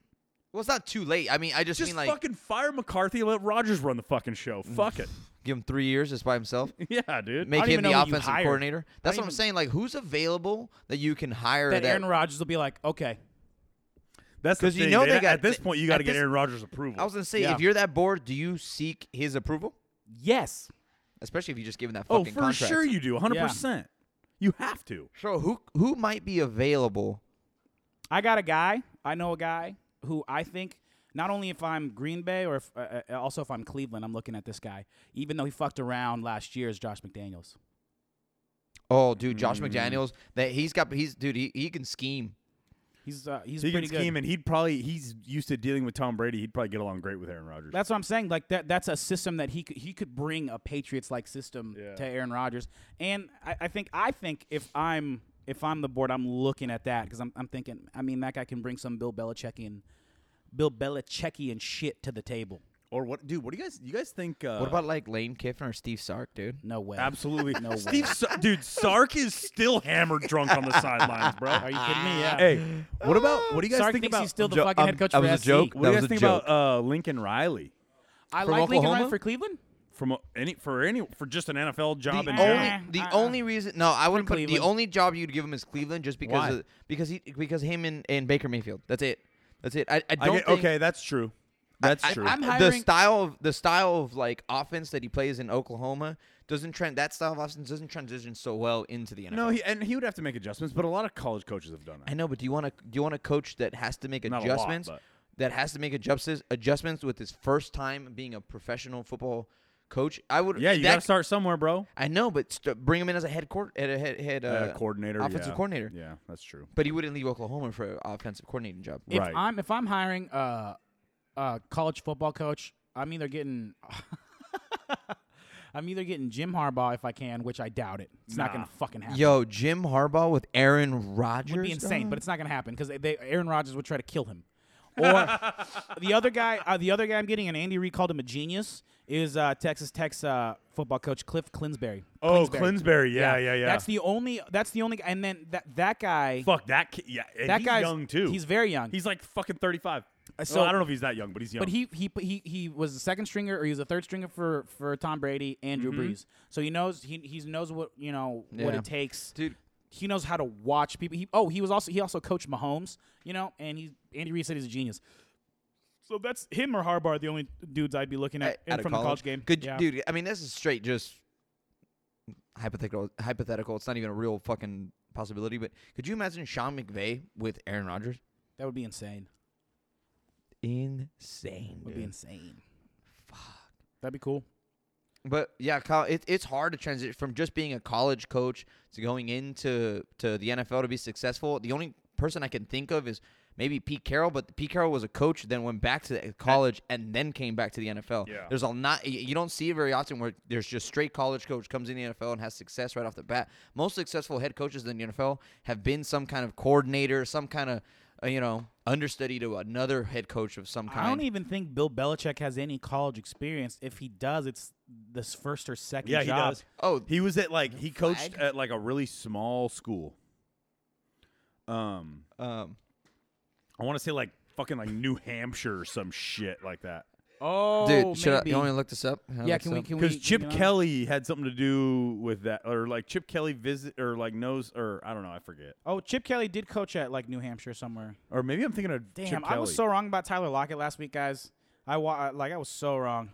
well, it's not too late. I mean, I just,
Just
mean like
fucking fire McCarthy and let Rogers run the fucking show. Fuck it.
give him three years just by himself.
Yeah, dude.
Make
even
him the
know who you
offensive
hire.
coordinator. That's what I'm
even-
saying. Like, who's available that you can hire?
that
That,
Aaron Rodgers will be like okay
That's because
you know they got-
at this point you got to
at
get
this-
Aaron Rodgers' approval.
I was gonna say,
Yeah.
if you're that board, do you seek his approval?
yes
Especially if you just give him that
oh,
fucking
for
contract.
sure you do. 100. percent You have to.
So who who might be available?
I got a guy. I know a guy who I think not only if I'm Green Bay or if, uh, uh, also if I'm Cleveland, I'm looking at this guy. Even though he fucked around last year, is Josh McDaniels.
Oh, dude, Josh
Mm.
McDaniels. That he's got. He's dude. He, he can scheme.
He's uh, he's
he can
pretty good.
scheme, and he'd probably he's used to dealing with Tom Brady. He'd probably get along great with Aaron Rodgers.
That's what I'm saying. Like that, that's a system that he could he could bring a Patriots like system
Yeah.
to Aaron Rodgers. And I, I think I think if I'm if I'm the board, I'm looking at that because I'm I'm thinking. I mean, that guy can bring some Bill Belichickian, Bill Belichickian shit to the table.
or what, dude? What do you guys? You guys think? Uh,
What about like Lane Kiffin or Steve Sark, dude?
No way.
absolutely?
No way.
Steve, Sa- dude, Sark is still hammered drunk on the sidelines, bro.
Are you kidding me? Yeah.
Hey, what about what do you guys
Sark
think
thinks
about?
he's still the
Jo-
fucking
um,
head coach
that
for
was a
SC.
joke.
what do you
That
guys
was a
think about uh, Lincoln Riley
I
From
like Lincoln Riley
Oklahoma?
for Cleveland.
from a, any for any for just an NFL job
The
in
only,
general?
the
Uh-uh.
only reason no, I wouldn't put the
Cleveland.
only job you'd give him is Cleveland just because
Why?
of- because he because him and, and Baker Mayfield. That's it. That's it. I, I
I
don't
get-
think
okay, that's true. That's
I-
true.
I'm
the
hiring-
style of the style of like offense that he plays in Oklahoma doesn't trend that style of offense doesn't transition so well into the NFL.
no, he, and he would have to make adjustments, but a lot of college coaches have done that.
I know, but do you want to do you want a coach that has to make
Not a lot,
adjustments
but-
that has to make adjustments adjustments with his first time being a professional football coach? I would
Yeah, you
that,
got to start somewhere, bro.
I know, but st- bring him in as a head court head head, head uh,
Uh, coordinator,
offensive
yeah.
coordinator.
Yeah, that's true.
But he wouldn't leave Oklahoma for an offensive coordinating job.
If
Right.
I'm if I'm hiring uh, uh, college football coach, I'm either getting I'm either getting Jim Harbaugh if I can, which I doubt it. It's not
Nah.
gonna fucking happen.
Yo, Jim Harbaugh with Aaron Rodgers.
would be insane,
dog?
but it's not gonna happen because they, they, Aaron Rodgers would try to kill him. Or the other guy, uh, the other guy I'm getting, and Andy Reid called him a genius, is uh, Texas Tech's uh, football coach Cliff Clinsbury.
Oh, Clinsbury. Yeah, yeah, yeah.
That's the only. That's the only. guy. And then that that guy.
Fuck that kid. Yeah, and
that
he's
guy's
young too.
He's very young.
He's like fucking thirty-five.
so-
well, I don't know if he's that young, but he's young.
But he, he he he was the second stringer, or he was the third stringer for for Tom Brady and Drew Brees. So he knows he he knows what you know what
Mm-hmm. Yeah.
it takes.
Dude.
he knows how to watch people. He oh he was also he also coached Mahomes, you know, and he Andy Reid said he's a genius. So that's him or Harbaugh are the only dudes I'd be looking at,
out of
from the college game.
Good
yeah.
dude. I mean, this is straight just hypothetical. Hypothetical. It's not even a real fucking possibility. But could you imagine Sean McVay with Aaron Rodgers?
That would be insane.
Insane.
Would
dude.
be insane. That'd be cool.
But yeah, Kyle, it, it's hard to transition from just being a college coach to going into to the NFL to be successful. The only person I can think of is maybe Pete Carroll, but Pete Carroll was a coach, then went back to the uh, college, and then came back to the NFL.
Yeah.
There's a not y- you don't see it very often where there's just straight college coach comes in the NFL and has success right off the bat. Most successful head coaches in the NFL have been some kind of coordinator, some kind of uh, you know understudy to another head coach of some kind.
I don't e- even think Bill Belichick has any college experience. If he does, it's this first or second
yeah, he
job.
does.
oh,
He was at like he coached
flag?
at like a really small school. Um,
um,
I want to say like fucking like New Hampshire or some shit like that.
Oh,
dude, should I,
maybe.
you want me to look this up? Can I
yeah,
look
can
this
we?
up?
Can we?
Because Chip
you know?
Kelly had something to do with that, or like Chip Kelly visit, or like knows, or I don't know, I forget,
Oh, Chip Kelly did coach at like New Hampshire somewhere.
or maybe I'm thinking of
Damn,
Chip
I
Kelly.
was so wrong about Tyler Lockett last week, guys. I wa- like I was so wrong.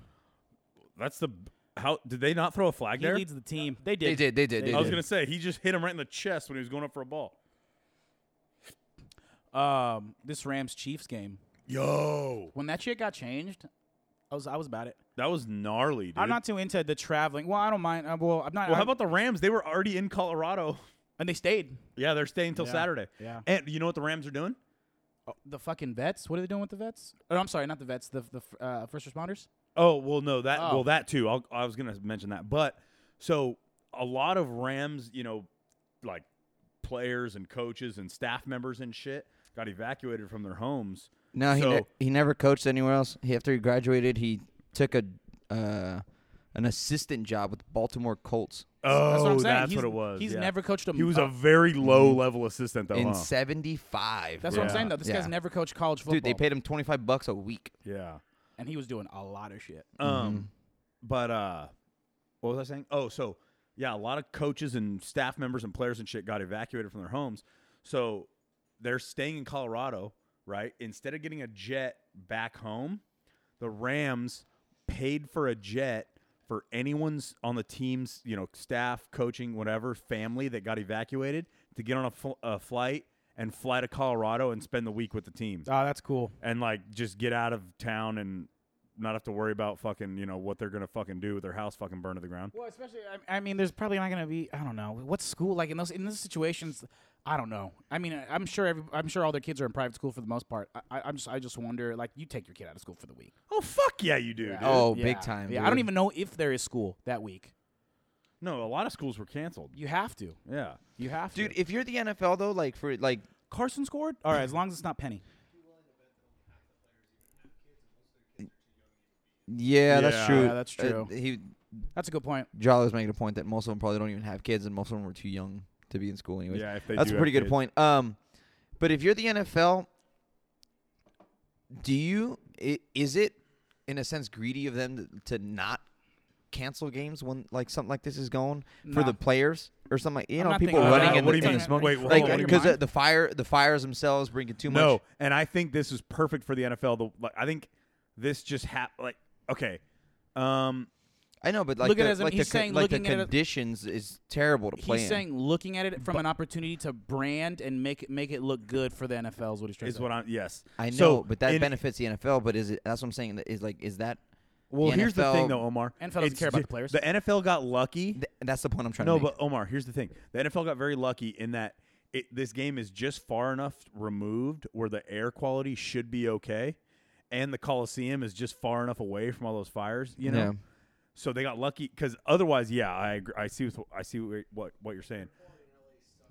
That's the how did they not throw a flag
He
there?
leads the team. They did.
They did. They did. They
I
I was
did.
gonna say he just hit him right in the chest when he was going up for a ball.
Um, this Rams Chiefs game
Yo,
when that shit got changed, I was I was about it.
that was gnarly, dude.
I'm not too into the traveling. Well, I don't mind. Uh, well, I'm not.
Well,
I'm-
how about the Rams? They were already in Colorado.
and they stayed.
Yeah, they're staying till
Yeah.
Saturday.
Yeah.
And you know what the Rams are doing?
The fucking vets. What are they doing with the vets? Oh, I'm sorry, not the vets. The the uh, first responders.
Oh well, no that
Oh.
well that too. I'll, I was gonna mention that, but so a lot of Rams, you know, like players and coaches and staff members and shit got evacuated from their homes.
No, he ne-
So-
he never coached anywhere else. He, after he graduated, he took a uh, an assistant job with the Baltimore Colts
Oh,
that's what I'm saying. He's-
what it was.
he's
yeah.
never coached a-
He was
uh,
a very low level assistant though.
in
huh?
'75.
That's what I'm
Yeah.
saying though. This guy's
Yeah.
never coached college football,
Dude, they paid him 25 bucks a week.
Yeah.
and he was doing a lot of shit.
Um, but uh, what was I saying? Oh, so yeah, a lot of coaches and staff members and players and shit got evacuated from their homes. So they're staying in Colorado, right? Instead of getting a jet back home, the Rams paid for a jet for anyone's on the team's, you know, staff, coaching, whatever, family that got evacuated to get on a, fl- a flight and fly to Colorado and spend the week with the team
Oh, that's cool.
and like just get out of town and not have to worry about fucking you know what they're gonna fucking do with their house fucking burn to the ground.
Well, especially I, I mean, there's probably not gonna be I don't know what school like in those in those situations. I don't know. I mean, I- I'm sure every, I'm sure all their kids are in private school for the most part. I, I, I'm just I just wonder like you take your kid out of school for the week.
Oh fuck yeah, you do. dude.
Oh,
Yeah.
big time.
Yeah, I don't
dude.
even know if there is school that week.
No, a lot of schools were canceled.
You have to.
Yeah,
You have to.
Dude, if you're the NFL though, like for like,
Carson scored. All right, as long as it's not Penny.
yeah, that's
Yeah.
true.
Yeah, that's
Uh,
true.
he
That's a good point.
Jolly was making a point that most of them probably don't even have kids, and most of them were too young to be in school anyways.
yeah. If they
That's a
do have
pretty good
kids.
point. Um, but if you're the NFL, do you i- is it in a sense greedy of them to, to not cancel games when like something like this is going for
Nah.
the players or something like you
I'm
know
not
people
thinking about
running
that.
in
What
the,
do you
in the
mean?
smoke
Wait, hold
like
on, what do you
because
mean?
the, the fire the fires themselves bring it too much.
No, and I think this is perfect for the NFL. The like, I think this just happened. Like okay, um,
I know, but like
Look at
the,
it as an-
like the
he's
con-
saying
like the
looking at it-
conditions is terrible to play
He's
in.
saying looking at it from an opportunity to brand and make it make it look good for the NFL is what he's trying to
is
say.
what I'm. Yes,
I know,
So,
but that
in-
benefits the NFL. But is it? That's what I'm saying. Is like is that?
Well,
the
here's the thing
NFL
though, Omar.
NFL doesn't
It's
care about
ju-
the players.
The NFL got lucky.
th- that's the point I'm trying
No,
to make.
but Omar, here's the thing: the NFL got very lucky in that it, this game is just far enough removed where the air quality should be okay, and the Coliseum is just far enough away from all those fires, you know. So they got lucky because otherwise, yeah, I agree, I see with, I see what, what what you're saying.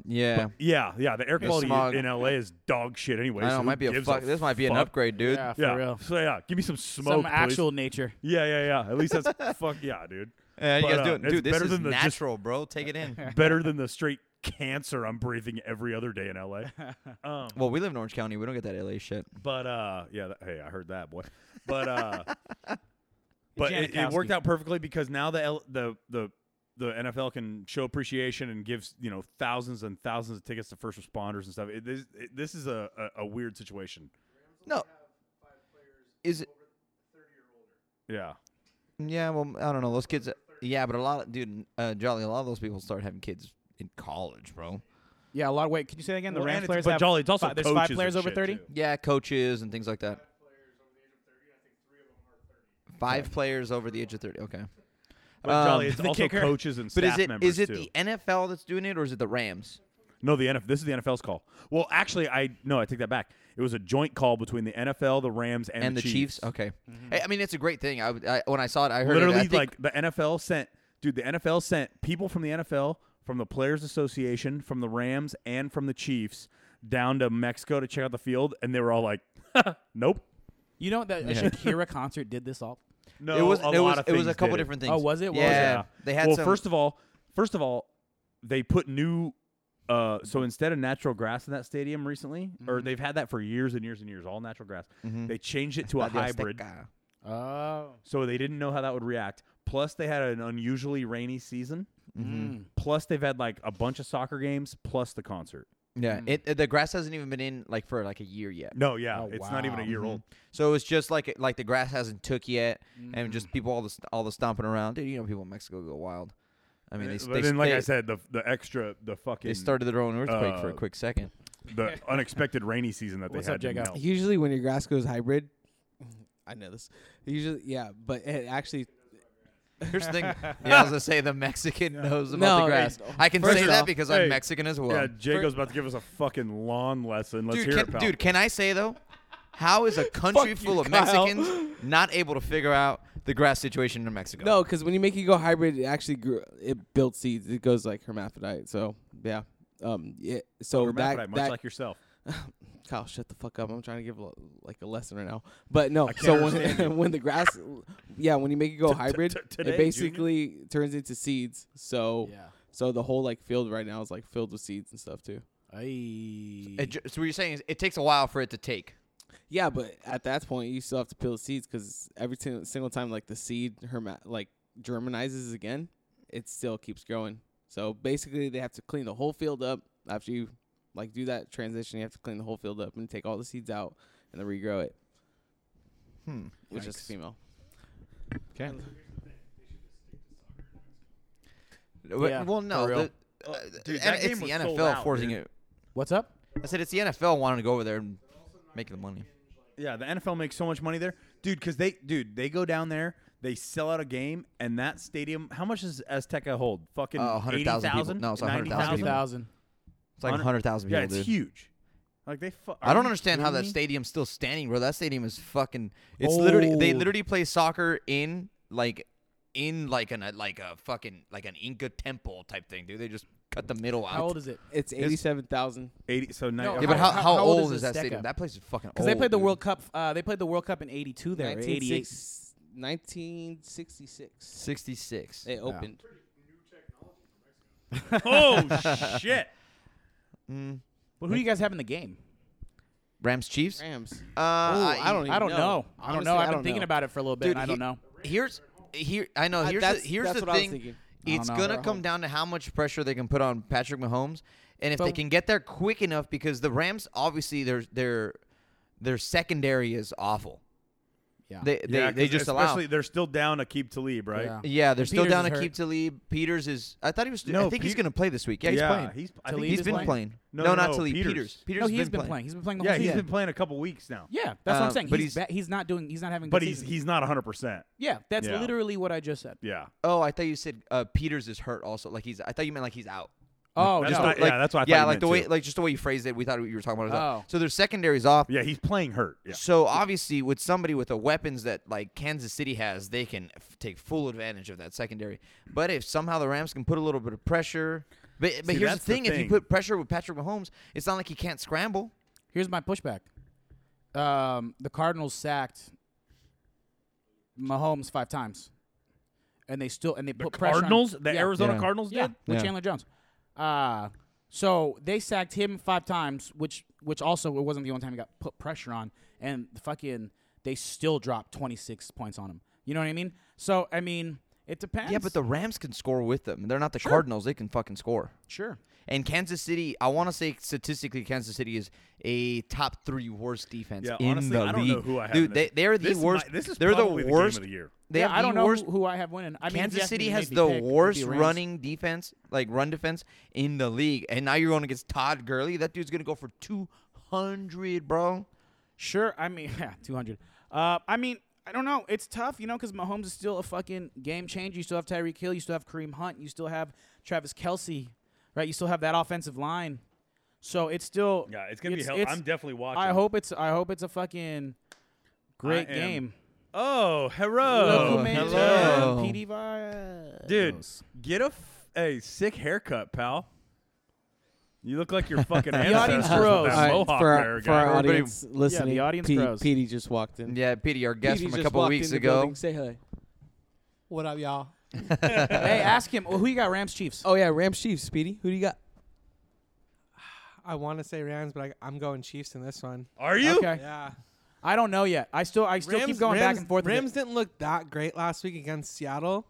Yeah.
Yeah, yeah, the air quality
smog.
in LA is dog shit anyway.
I
so
know. It
who
might be a
gives
fuck. This might be an
fuck?
upgrade, dude.
Yeah, for
Yeah.
real.
So yeah, give me some
Some
smoke, please.
actual nature.
Yeah, yeah, yeah. At least that's fuck. Yeah, dude.
Yeah, you
But,
guys
uh,
doing,
it's
dude? This
better
is
than the just-
natural, bro. Take it in.
Better than the straight cancer I'm breathing every other day in LA. Um,
well, we live in Orange County. We don't get that LA shit.
But uh, yeah, that, hey, I heard that boy. But uh, but it, it
Janikowski.
worked out perfectly because now the L, the the the NFL can show appreciation and gives you know thousands and thousands of tickets to first responders and stuff. It, this it, this is a, a, a weird situation.
No. Is it?
Yeah,
Yeah. Well, I don't know. Those kids. Yeah, but a lot of dude, uh, Jolly. A lot of those people start having kids in college, bro.
Yeah, a lot of weight. Can you say that again? The
Well, and
Rams
it's-
players
but
have
Jolly, it's also
five, there's five
coaches and
players over
shit,
30.
too.
Yeah, coaches and things like that. Five players over the age of thirty. Okay.
but
Um,
Jolly, it's
the
also
kicker.
coaches and
But
staff
is it
members
is it
too.
the NFL that's doing it or is it the Rams?
No, the NFL. This is the NFL's call. Well, actually, I no, I take that back. It was a joint call between the NFL, the Rams, and,
and the Chiefs. Okay,
Mm-hmm.
Hey, I mean it's a great thing. I, would- I when I saw it, I heard it. I
Literally,
think-
like the NFL sent, dude. The NFL sent people from the NFL, from the Players Association, from the Rams, and from the Chiefs down to Mexico to check out the field, and they were all like, "Nope."
You know that a Shakira concert did this all.
No,
it was
a
it
lot
was
of
it was
things
a couple
did it.
different things.
Oh, was it? What was
yeah,
it?
they had
well,
some.
first of all, first of all, they put new. Uh, so instead of natural grass in that stadium recently, or they've had that for years and years and years, all natural grass. They changed it to a
Estadio
hybrid,
Azteca.
Oh,
so they didn't know how that would react. Plus, they had an unusually rainy season.
Mm.
Plus, they've had like a bunch of soccer games. Plus, the concert.
yeah, it, Mm. it- the grass hasn't even been in like for like a year yet.
No, yeah,
Oh,
it's not even a
wow.
year old.
So it's just like it- like the grass hasn't took yet, and just
Mm-hmm.
people all the st- all the stomping around. Dude, you know people in Mexico go wild. I mean, Mm-hmm. they, s-
but
they
then, like
they,
I said, the the extra, the fucking,
they started their own earthquake for a
uh,
quick second.
the unexpected rainy season that they
What's
had.
up,
didn't
Jacob?
help.
Usually, when your grass goes hybrid, I know this. Usually, yeah, but it actually,
Here's the thing. Yeah, I was gonna say the Mexican knows about
No,
the grass.
no.
I can
First
say
off-
that because
Hey,
I'm Mexican as well.
yeah, Jaco's about to give us a fucking lawn lesson. Let's
dude,
hear
can,
it, pal.
dude, can I say though? How is a country
you,
full of
Kyle.
Mexicans not able to figure out the grass situation in Mexico?
no, because when you make it go hybrid, it actually grew, it builds seeds. It goes like hermaphrodite. So yeah, um, yeah. So that,
Hermaphrodite, much
that
like yourself.
Kyle, shut the fuck up. I'm trying to give l- like a lesson right now. But no,
can't
so
understand you.
when when the grass, yeah, when you make it go hybrid,
t- today,
it basically turns into seeds. So
Yeah.
so the whole like field right now is like filled with seeds and stuff too.
Ay.
It ju- so what you're saying is it takes a while for it to take.
Yeah, but at that point, you still have to peel the seeds because every tin- single time, like the seed herma- like germinizes again, it still keeps growing. So basically, they have to clean the whole field up after you like do that transition. You have to clean the whole field up and take all the seeds out and then regrow it. Hmm. Which is female.
Okay.
Yeah,
well, no,
for real.
the, uh,
Oh, dude,
and
that game
it's the
was so
NFL
loud,
forcing
dude.
it.
What's up?
I said it's the NFL wanting to go over there and make the money.
Yeah, the NFL makes so much money there, dude. Because they, dude, they go down there, they sell out a game, and that stadium. How much does Azteca hold? Fucking
Uh, 100,000
hundred
people.
thousand.
No, it's 100,000 people.
thousand.
It's like
Hundred-
100,000 people,
Yeah, it's
dude.
huge. Like they. Fu-
I
are
don't
you
understand how
kidding
that
me?
stadium's still standing, bro. That stadium is fucking. It's literally they
Old.
literally play soccer in like in like an uh, like a fucking like an Inca temple type thing, dude. They just cut the middle out.
How old is it?
It's eighty-seven thousand.
Eighty. So nine.
No,
yeah, but how,
how-
how,
how
old is, that
Azteca?
stadium? That place is fucking old.
Because they played the
dude.
World Cup. Uh, they played the World Cup in '82. There, or '88.
1966.
66.
It opened.
oh shit.
Well, who do you guys have in the game?
Rams Chiefs.
Rams.
Uh, I,
I don't
I don't
No.
know. I don't
Honestly,
know.
I
I've been
don't
thinking
know.
about it for a little bit.
Dude,
and I
he-
don't know.
Here's here. I know.
Uh,
Here's
that's-
the, here's
that's
the
what I was
thing.
thinking.
I don't
It's
know.
gonna
They're
come
home.
down to how much pressure they can put on Patrick Mahomes, and if they
But-
can get there quick enough, because the Rams obviously their their their secondary is awful.
Yeah.
They they,
yeah,
they
'cause
just allow.
especially they're still down to keep Talib, right?
Yeah.
Yeah, they're still
Peters
down
is
to
hurt.
keep Talib. Peters is. I thought he was.
No,
I think he's
Pe-
gonna play this week. Yeah, he's playing.
He's, I
Talib
think
he's
is
been
playing?
playing.
No,
No,
no,
not
no,
Talib.
Peters.
Peters. Peters
no,
has
he's been,
playing.
playing. He's been playing the
Yeah,
whole
he's
season.
been playing a couple weeks now.
Yeah, that's what I'm
Um,
saying.
but
he's
he's-
ba- he's not doing. He's not having. a
But
good
he's
season.
he's not 100%.
Yeah, that's
Yeah.
literally what I just said.
Yeah.
Oh, I thought you said uh, Peters is hurt also. Like he's. I thought you meant like he's out.
Oh,
That's
no.
not- yeah, that's what I thought
yeah,
you
like
meant
the way,
too.
like just the way you phrased it, we thought you were talking about. it.
Oh.
So their secondary's off.
Yeah, he's playing hurt. Yeah.
So obviously, with somebody with the weapons that like Kansas City has, they can f- take full advantage of that secondary. But if somehow the Rams can put a little bit of pressure, but, but
See,
here's the
that's the
thing: if you
thing.
put pressure with Patrick Mahomes, it's not like he can't scramble.
Here's my pushback. Um, the Cardinals sacked Mahomes five times, and they still and they
The
put pressure
Cardinals,
on,
the
Yeah.
Arizona
Yeah.
Cardinals
yeah,
did.
with
Yeah.
Chandler Jones. Uh so they sacked him five times, which which also it wasn't the only time he got put pressure on, and the fucking they still dropped twenty six points on him. You know what I mean? So I mean, it depends.
Yeah, but the Rams can score with them. They're not the Cardinals; they can fucking score.
sure.
And Kansas City, I want to say statistically, Kansas City is a top three worst defense
Yeah,
in
honestly,
the
I
league.
don't know who I have. in
Dude, they,
this.
they're the
This might-
worst.
this is
they're the
probably the game
worst.
of the year.
They
yeah,
have
I
the
don't know
worst
who, who I have winning. I mean, if you
Kansas
ask me
City
to
has
maybe
the
pick, it would be
worst
Rams.
running defense, like run defense in the league, and now you're going against Todd Gurley. That dude's gonna go for two hundred, bro.
Sure, I mean, yeah, 200. Uh, I mean, I don't know. It's tough, you know, because Mahomes is still a fucking game changer. You still have Tyreek Hill. You still have Kareem Hunt. You still have Travis Kelsey, right? You still have that offensive line. So it's still.
Yeah, it's gonna be hell. I'm definitely watching.
I hope it's. I hope it's a fucking great
I am-
game.
Oh,
Local
hello,
man,
hello.
Jam, PD vibes.
dude. Get a f- a sick haircut, pal. You look like your fucking ancestors
audience
with that
froze. All right,
mohawk
for
there,
our, for
guy.
our
Everybody-
audience listening,
audience
Pete,
grows.
Petey just walked in.
Yeah, Pity, our guest
Petey
from a
just
couple
walked
weeks
in the
ago.
building. Say hi. What up, y'all?
hey, ask him. Well, who you got? Rams, Chiefs.
Oh yeah, Rams Chiefs. Petey, who do you got?
I want to say Rams, but I, I'm going Chiefs in this one.
Are you?
Okay.
Yeah,
I don't know yet. I still. I still keep
Rams-
going back
Rams-
and forth. with it.
Rams didn't look that great last week against Seattle.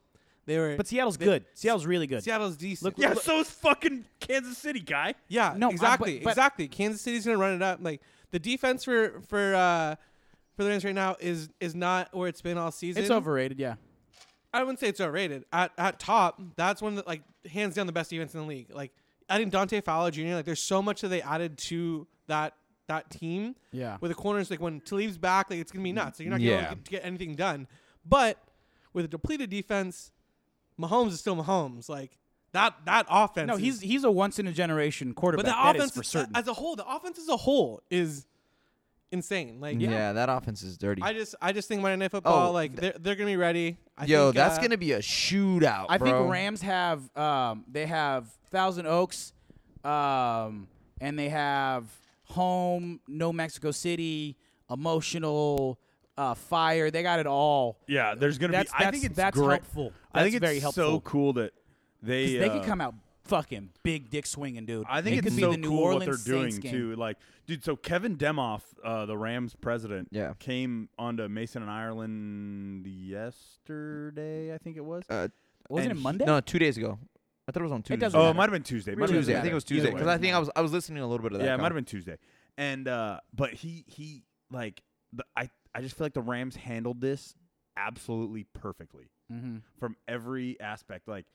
They were,
But Seattle's good. Seattle's really good.
Seattle's
Look-
decent.
Yeah, so is fucking Kansas City guy.
yeah,
No, I-
exactly,
but- but-
exactly. Kansas City's gonna run it up. Like the defense for for uh, for the Rams right now is is not where it's been all season.
It's overrated. Yeah.
I wouldn't say it's overrated. At at top, that's one that like hands down the best defense in the league. Like adding Dante Fowler Jr. Like there's so much that they added to that that team.
Yeah.
With the corners, like when Talib's back, like it's gonna be nuts. Like, you're not gonna be
Yeah.
able to get- to get anything done. But with a depleted defense, Mahomes is still Mahomes. Like that that offense.
No,
is-
he's he's a once in a generation quarterback.
but the
That is
offense
for
is-
certain.
as a whole, the offense as a whole is insane. Like
Yeah. that offense is dirty.
I just I just think Monday Night Football,
Oh,
like they're, they're gonna be ready. I
Yo,
think,
that's
uh,
gonna be a shootout.
I
bro.
think Rams have um, they have Thousand Oaks, um, and they have home, no Mexico City, emotional, uh, fire. They got it all.
Yeah, there's gonna
That's-
be. I
that's-
think it's
that's
great.
helpful.
I
That's
think it's
very helpful.
so cool that they
'Cause they
uh,
could come out fucking big dick swinging, dude.
I think
it
it's
could
so
be the New
cool
Orleans
what they're
Saints
doing
game.
too. Like, dude, so Kevin Demoff, uh, the Rams president,
Yeah.
came onto Mason and Ireland yesterday, I think it was.
Uh,
Wasn't
and
it
he-
Monday?
No, two days ago. I thought it was on Tuesday.
doesn't
oh,
matter.
it might have been Tuesday. it might have been
Tuesday. I think it was Tuesday
Either
because
way.
I think I was I was listening to a little bit of that.
yeah, it might
con-
have been Tuesday. And uh, but he he like the, I I just feel like the Rams handled this absolutely perfectly
Mm-hmm.
Mhm.
from every aspect. Like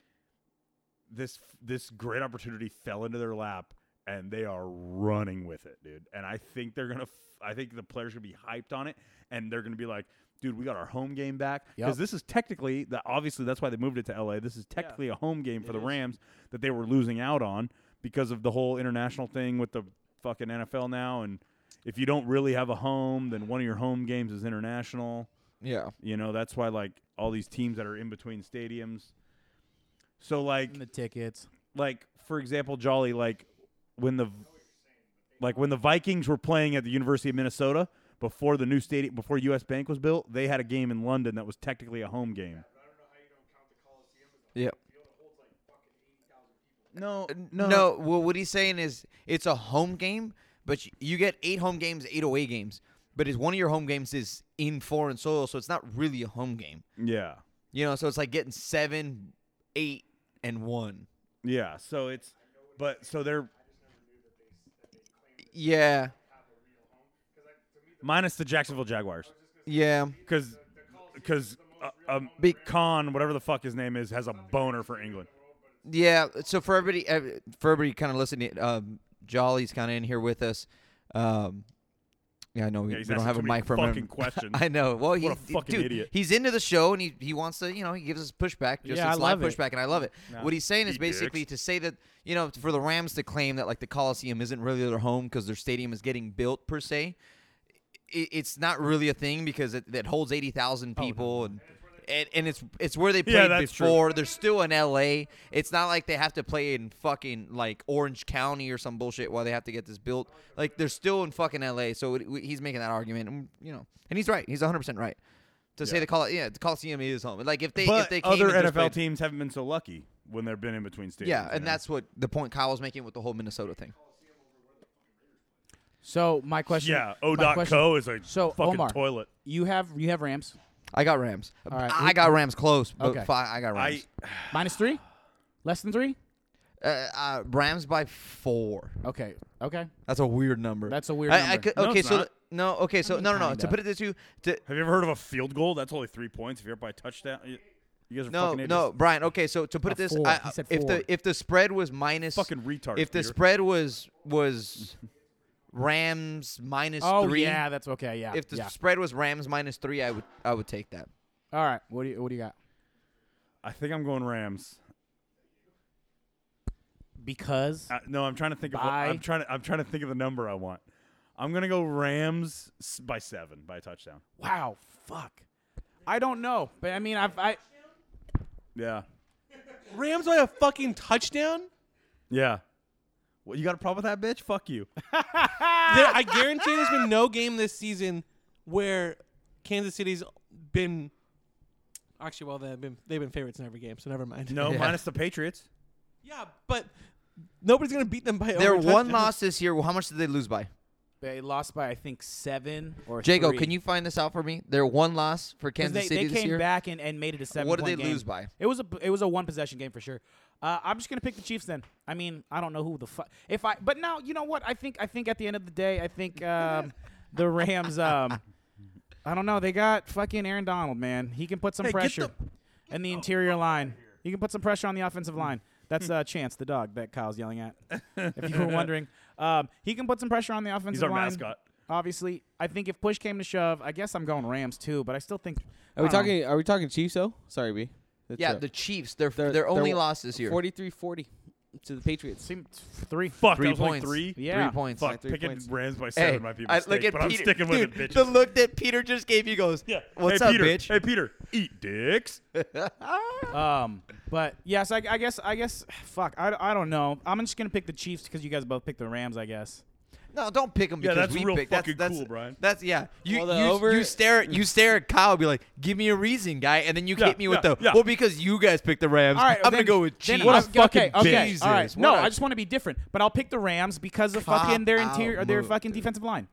this this great opportunity fell into their lap, and they are running with it, dude. And I think they're gonna. F- I think the players are gonna be hyped on it, and they're gonna be like, "Dude, we got our home game back." Because
Yep.
this is technically the obviously that's why they moved it to L.A. This is technically a home game for the Rams that they were losing out on because of the whole international thing with the fucking NFL now and. If you don't really have a home, then one of your home games is international.
Yeah,
You know, that's why like all these teams that are in between stadiums. So like
And the tickets.
like for example, Jolly like when the like when the Vikings were playing at the University of Minnesota before the new stadium before US Bank was built, they had a game in London that was technically a home game.
yeah.
No,
No. well, what he's saying is it's a home game, but y- you get eight home games, eight away games. But it's one of your home games is in foreign soil, so it's not really a home game.
Yeah.
You know, so it's like getting seven, eight, and one.
Yeah, so it's but so they're
Yeah,
minus the Jacksonville Jaguars
yeah.
cuz cuz uh, um,
Be-
Khan, whatever the fuck his name is, has a boner for England.
Yeah. So for everybody, ev- for everybody kind of listening, um, Jolly's kind of in here with us. Um, Yeah, I know. We,
Yeah, he's
we don't
asking
have a
too many
mic for
fucking
him.
questions.
I know. Well, he,
What a fucking
dude,
idiot.
He's into the show and he, he wants to, you know, he gives us pushback, just
Yeah, I
it's live
love it.
pushback, and I love it. what he's saying is
he
basically to say that, you know, for the Rams to claim that, like, the Coliseum isn't really their home because their stadium is getting built, per se, i it's not really a thing because it, that holds 80,000 people and. And, and it's it's where they played
Oh, Yeah, that's true.
before. They're still in L.A. It's not like they have to play in fucking like Orange County or some bullshit while they have to get this built. Like they're still in fucking L.A. So it, we- he's making that argument, and, you know, and he's right. He's 100 percent right to say the call. Yeah, the Coliseum is home. Like if they
but
if they came
other
and just
NFL
played-
teams haven't been so lucky when they've been in between stages.
Yeah, and that's what the point Kyle was making with the whole Minnesota thing.
So my question.
yeah.
my
O.co
question-
Co is a
So
fucking
Omar,
toilet.
you have you have Rams
I got Rams.
right,
I
we-
got Rams close, but
Okay.
fi- I got Rams.
I
minus three, less than three.
uh, uh, Rams by four.
Okay. Okay.
That's a weird number.
That's a weird
I- I
number.
could-
No,
okay,
it's
so
not.
no, okay, so no, no, no.
kinda.
To put it this way, to,
have you ever heard of a field goal? That's only three points. If you're up by a touchdown, you, you guys are
no,
fucking idiots.
no, Brian. Okay, so to put
A
it this,
four.
I,
He said
if
four.
the if the spread was minus
Fucking retard,
If the
Peter.
spread was was Rams minus
Oh
three,
yeah, that's okay. Yeah.
If the
yeah.
spread was Rams minus three, I would I would take that.
All right. What do you What do you got?
I think I'm going Rams.
Because
I, Uh, no, I'm trying to think of. What,
By-
I'm trying to. I'm trying to think of the number I want. I'm gonna go Rams s- by seven by a touchdown.
wow, fuck. I don't know, but I mean, I've I
Yeah,
Rams by a fucking touchdown?
yeah. Well, you got a problem with that, bitch? Fuck you.
There, I guarantee there's been no game this season where Kansas City's been. Actually, well, they've been they've been favorites in every game, so never mind.
No,
Yeah.
minus the Patriots.
Yeah, but nobody's gonna beat them by.
Their
over
one
touchdowns.
loss this year. How much did they lose by?
they lost by I think seven or.
Jago,
three.
can you find this out for me? Their one loss for
'Cause
Kansas
they,
City
they
this
came
year.
back and, and made it a seven.
What did
point
they
game.
lose by?
It was a it was a one possession game for sure. Uh, I'm just gonna pick the Chiefs then. I mean, I don't know who the fuck if I. But now you know what I think. I think at the end of the day, I think um, the Rams. Um, I don't know. They got fucking Aaron Donald, man. He can put some
Hey, get
pressure
the-
in
Oh,
the interior line. He can put some pressure on the
Hmm.
offensive line. That's uh, Chance, the dog that Kyle's yelling at. if you were wondering, um, he can put some pressure on the offensive
He's our
line.
mascot.
Obviously, I think if push came to shove, I guess I'm going Rams too. But I still think.
Are we
I don't know.
talking? Are we talking Chiefs? though? sorry, B. That's
Yeah,
a-
the Chiefs. Their
they're-
their only
they're
loss this year.
43-40 to the Patriots.
Seem three.
Fuck,
three
that was only
points.
three.
Yeah.
Three points.
Fuck,
three
picking
points.
Rams by seven
Hey,
might be a
I-
mistake,
look at
but I'm
Peter.
sticking
Dude,
with it, bitch.
The look that Peter just gave you goes,
yeah.
"What's
hey,
up,
Peter.
bitch?"
Hey, Peter, eat dicks.
Um, but yes, I, I guess I guess fuck, I, I don't know. I'm just gonna pick the Chiefs because you guys both picked the Rams, I guess.
No, don't pick them
Yeah,
because
that's
we
real
pick.
fucking
that's, that's,
cool, Brian.
That's yeah. You
Well, the
you,
over-
you stare you stare at Kyle, be like, "Give me a reason, guy," and then you
Yeah,
hit me with
yeah,
the
yeah.
well because you guys picked the Rams.
All right,
I'm gonna
then-
go with
then
Chiefs.
I'm-
What a fucking
okay, okay,
bitch.
all right.
Jesus,
No,
what a-
I just want to be different, but I'll pick the Rams because of
Cop
fucking their
out
interior, their
move,
fucking
dude.
defensive line.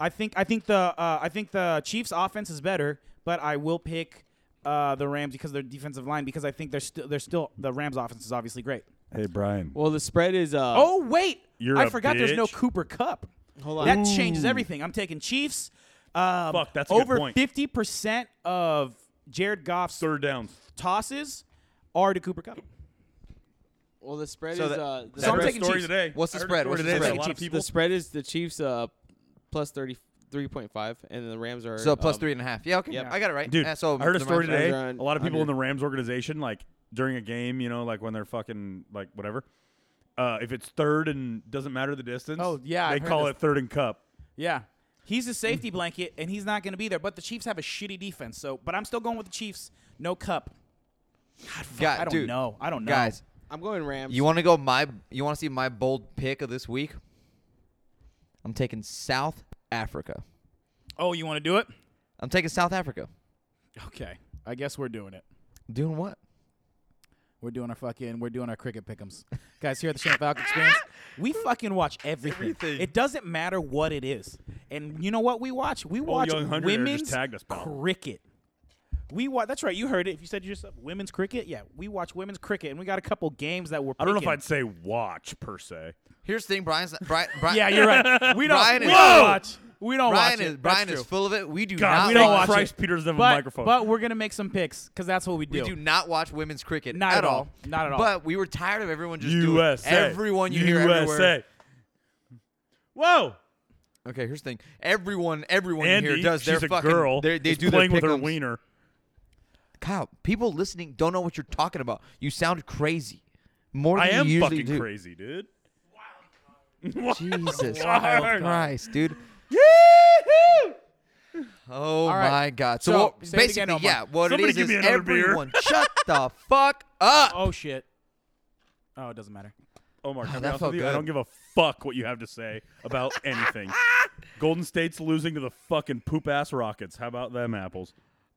I think I think the uh, I think the Chiefs' offense is better, but I will pick uh, the Rams because of their defensive line because I think they're still they're still the Rams' offense is obviously great.
Hey, Brian.
Well, the spread is. Uh,
Oh wait,
You're
I
a
forgot there's no
bitch.
Cooper Cup.
Hold on.
That changes everything. I'm taking Chiefs. Um,
Fuck, that's a good
over
point.
fifty percent of Jared Goff's
Third downs.
tosses are to Cooper Cup.
Well, the spread
So
is.
that-
Uh, the,
So I'm
I heard a
taking
story
Chiefs.
today.
What's the
I heard a
spread?
story
What's the
today that
spread?
A lot of
Chiefs-
people.
the spread is the Chiefs uh, plus 33.5, and the Rams are.
So plus
um,
three and a half. Yeah, okay.
Yep.
I got it right.
Dude,
Yeah, so
I heard a
the
story
Rams-
today.
are on-
A lot of people in
under.
the Rams organization, like during a game, you know, like when they're fucking like whatever. Uh, if it's third and doesn't matter the distance,
Oh, yeah,
they
I've heard
call
this.
it third and cup.
Yeah, he's a safety blanket, and he's not going to be there. But the Chiefs have a shitty defense, so but I'm still going with the Chiefs. No Cup. God, fuck,
Guy-
I don't
dude,
know. I don't know.
Guys,
I'm going Rams.
you want to go my you want to see my bold pick of this week? I'm taking South Africa.
Oh, you want to do it?
I'm taking South Africa.
Okay, I guess we're doing it.
Doing what?
We're doing our fucking, we're doing our cricket pickums. Guys, here at the Shannon Falcon Experience, we fucking watch everything. It doesn't matter what it is. And you know what we watch? We watch
Young Hundred there just
women's
tagged us, pal.
cricket. We watch, that's right, you heard it. If you said yourself, women's cricket, yeah, we watch women's cricket. And we got a couple games that we're
I don't know if
picking.
I'd say watch per se.
Here's the thing, Brian's Brian. Brian
Yeah, you're right. We don't,
Brian
we
is-
don't
Whoa!
watch. We don't
Brian
watch
is
it.
Brian
That's
is
true.
full of it. We do
God,
not.
we don't
watch
watch
it.
Christ Peters doesn't
but,
have a microphone.
But we're going to make some picks because that's what we do.
We do not watch women's cricket
Not
at,
at all.
all.
Not at all.
But we were tired of everyone just doing
USA.
everyone you hear everywhere.
USA. Whoa.
Okay, here's the thing. Everyone, everyone
Andy,
here does
she's
their
a
fucking.
girl.
They, they
is
do
playing
their
with her
pick'ems.
wiener.
Kyle, people listening don't know what you're talking about. You sound crazy. More than
I am
you usually
fucking
do.
crazy, dude. What?
Jesus
Word.
Christ, dude. Oh
right.
my God! So,
So,
what-
say it
basically,
again, Omar.
yeah. What
Somebody
it is
give me
is
another beer.
everyone shut the fuck up.
Oh shit. Oh, it doesn't matter.
Omar, can I be
Ah, that
honest with
felt
you? I
good.
don't give a fuck what you have to say about anything. Golden State's losing to the fucking poop ass Rockets. How about them apples?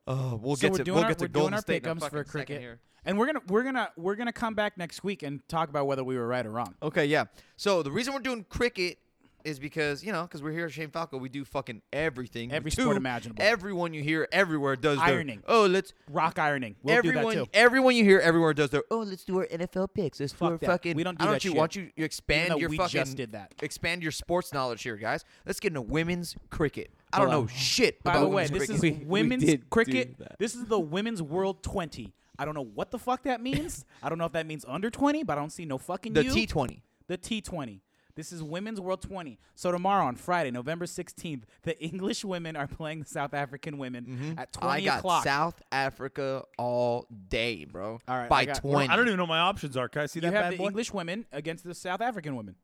Oh, we'll
So
get
we're
to
doing
we'll
our,
get
we're
to
doing
Golden
our
State in a
pickups for
fucking second
cricket,
here.
and we're gonna we're gonna we're gonna come back next week and talk about whether we were right or wrong.
Okay, yeah. So the reason we're doing cricket is because you know because we're here at Shane Falco, we do fucking everything.
Every
Two,
sport imaginable.
Everyone you hear everywhere does their,
Ironing.
Oh, let's
Rock ironing. We'll
everyone,
do that too.
everyone you hear everywhere does their. Oh, let's do our NFL picks. Let's
Fuck
do our
that.
fucking.
We don't do
I don't
that
you
shit.
want you you expand
though
your
we just
fucking.
did that.
Expand your sports knowledge here, guys. Let's get into women's cricket. I don't
Hold
know
on.
shit
By
about
the way,
women's
this
cricket.
is
We- we
women's
did do
cricket.
that.
This is the women's world twenty. I don't know what the fuck that means. I don't know if that means under twenty, but I don't see no fucking
the
you.
T Twenty.
the T20. This is Women's World 20. So tomorrow on Friday, November 16th, the English women are playing the South African women at
Mm-hmm.
20
I got
o'clock.
South Africa all day, bro.
All right, I
by
got-
twenty.
I don't even know what my options are. Can I see
you
that
have
bad
the
boy?
English women against the South African women.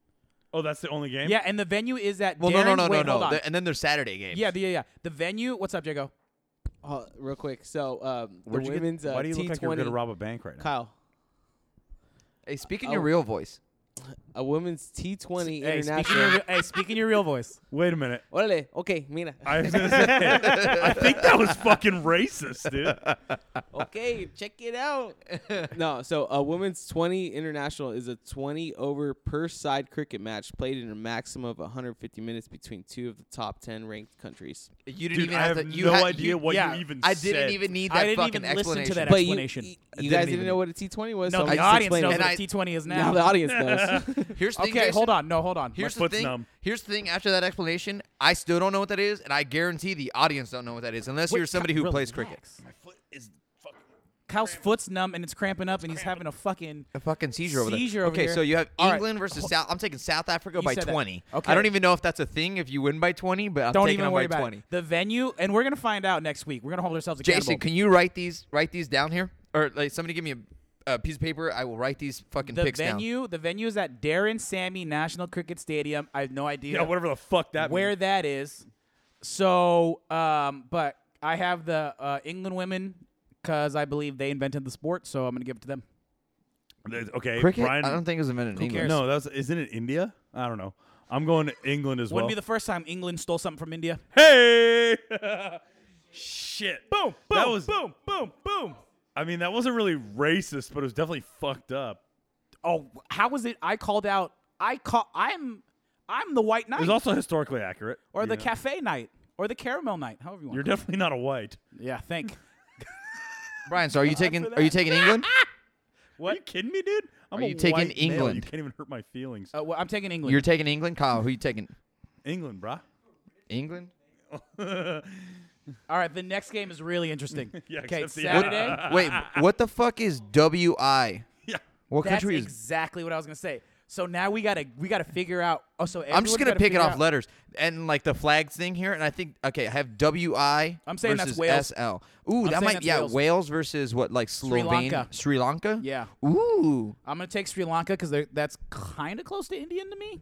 oh, that's the only game.
Yeah, and the venue is at
Well,
Darren-
no, no, no,
wait,
no,
hold
no.
on.
The- and then there's Saturday games.
yeah, the, yeah, yeah. The venue. What's up, Jago?
Oh, real quick. So um, the
Where'd you get-
women's uh,
why do you look like you're
T20
gonna rob a bank right now?
Kyle,
Hey, speak in
Oh.
your real voice.
a women's T20
Hey, speak in your,
international.
real- hey, speak in your real voice.
Wait a minute.
Orale, okay, mira.
I was gonna say. I think that was fucking racist, dude.
okay, check it out. no, so a women's 20 international is a 20 over per side cricket match played in a maximum of 150 minutes between two of the top 10 ranked countries.
You didn't
Dude,
even
I
have,
have
to. You
no
had-
idea
you-
what
yeah,
you even
I
said.
didn't even need
I
that
didn't
fucking
even listen to
explanation.
that
But you,
explanation.
you,
didn't
guys
even-
didn't know what a T20 was.
No,
so
the
I'm just
audience
explaining
knows
it.
And
what
I-
the T20 is
now
now.
the audience knows.
Here's the thing,
okay,
Jason.
hold on. No, hold on.
Here's the
foot's
thing.
numb.
Here's the thing. After that explanation, I still don't know what that is, and I guarantee the audience don't know what that is, unless
Wait,
you're somebody who
Kyle,
plays
relax.
cricket.
Kyle's foot's numb and it's cramping up, and he's having a fucking.
A fucking seizure over there.
Seizure over
okay,
here.
so you have
All right.
England versus South. I'm taking South Africa by
said that.
20.
Okay.
I don't even know if that's a thing. If you win by 20, but I'm
Don't
taking
even
them
worry
by
about
20.
it. The venue, and we're gonna find out next week. We're gonna hold ourselves accountable.
Jason, can you write these? Write these down here, or like somebody give me a, a piece of paper. I will write these fucking
the
picks down.
venue, the venue is at Darren Sammy National Cricket Stadium. I have no idea
Yeah, whatever the fuck that.
where
means.
that is. So, um, but I have the uh, England women because I believe they invented the sport, so I'm gonna give it to them.
There's- Okay,
Cricket?
Brian.
I don't think it was invented in
Who
England.
cares?
no, that's isn't it India? I don't know. I'm going to England as
Wouldn't
well.
be the first time England stole something from India.
Hey! Shit.
Boom, boom,
That was-
boom, boom, boom.
I mean, that wasn't really racist, but it was definitely fucked up.
Oh, how was it? I called out. I call. I'm. I'm the white
It was
knight,
also historically accurate.
or
you
the
know?
cafe knight, or the caramel knight. However you want.
You're
to call
definitely not a white.
it. Yeah, thank.
Brian, so are you taking? Are you taking England?
What? Are you kidding me, dude? I'm
Are
a
you taking
white male. You
England?
can't even hurt my feelings.
Uh, well, I'm taking England.
You're taking England, Kyle. Who you taking?
England, brah.
England.
All right, the next game is really interesting.
Yeah,
okay,
except the-
Saturday.
Wait, what the fuck is WI?
Yeah.
What
That's
country is?
exactly what I was gonna say. So now we gotta we gotta figure out. Oh, so
I'm just
everyone's
gonna
gotta
pick it
figure
off
out-
letters and like the flags thing here, and I think okay, I have WI.
I'm saying that's
versus
Wales.
SL. Ooh,
I'm saying
that might
that's
yeah,
Wales.
Wales. versus what like
Lanka.
Slovenia, Sri Lanka.
Yeah,
Ooh,
I'm gonna take Sri Lanka because that's kind of close to Indian to me.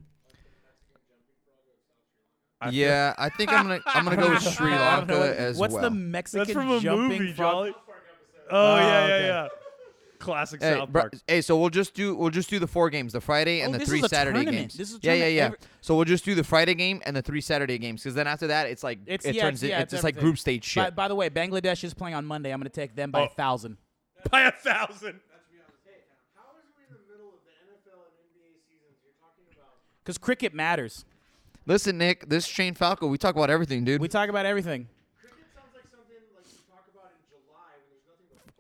yeah. I think I'm gonna I'm gonna go with Sri
I don't
Lanka
know what-
as
what's
well.
the Mexican
That's from a
jumping
movie,
frog?
Jolly. Oh, yeah, yeah,
okay.
yeah. Classic
Ah, Hey,
South
bro-
Park.
hey, so we'll just do we'll just do the four games, the Friday and
Oh,
the
this
three
is a
Saturday
tournament.
games.
This is a
yeah, yeah,
tournament.
yeah.
Every-
so we'll just do the Friday game and the three Saturday games, because then after that it's like
It's
it
yeah,
turns
it's, yeah,
it's,
it's
just like
everything.
group stage shit.
By, by the way, Bangladesh is playing on Monday. I'm gonna take them by
Oh.
a thousand.
By a thousand.
Because cricket matters.
Listen, Nick, this Shane Falco, we talk about everything, dude.
We talk about everything.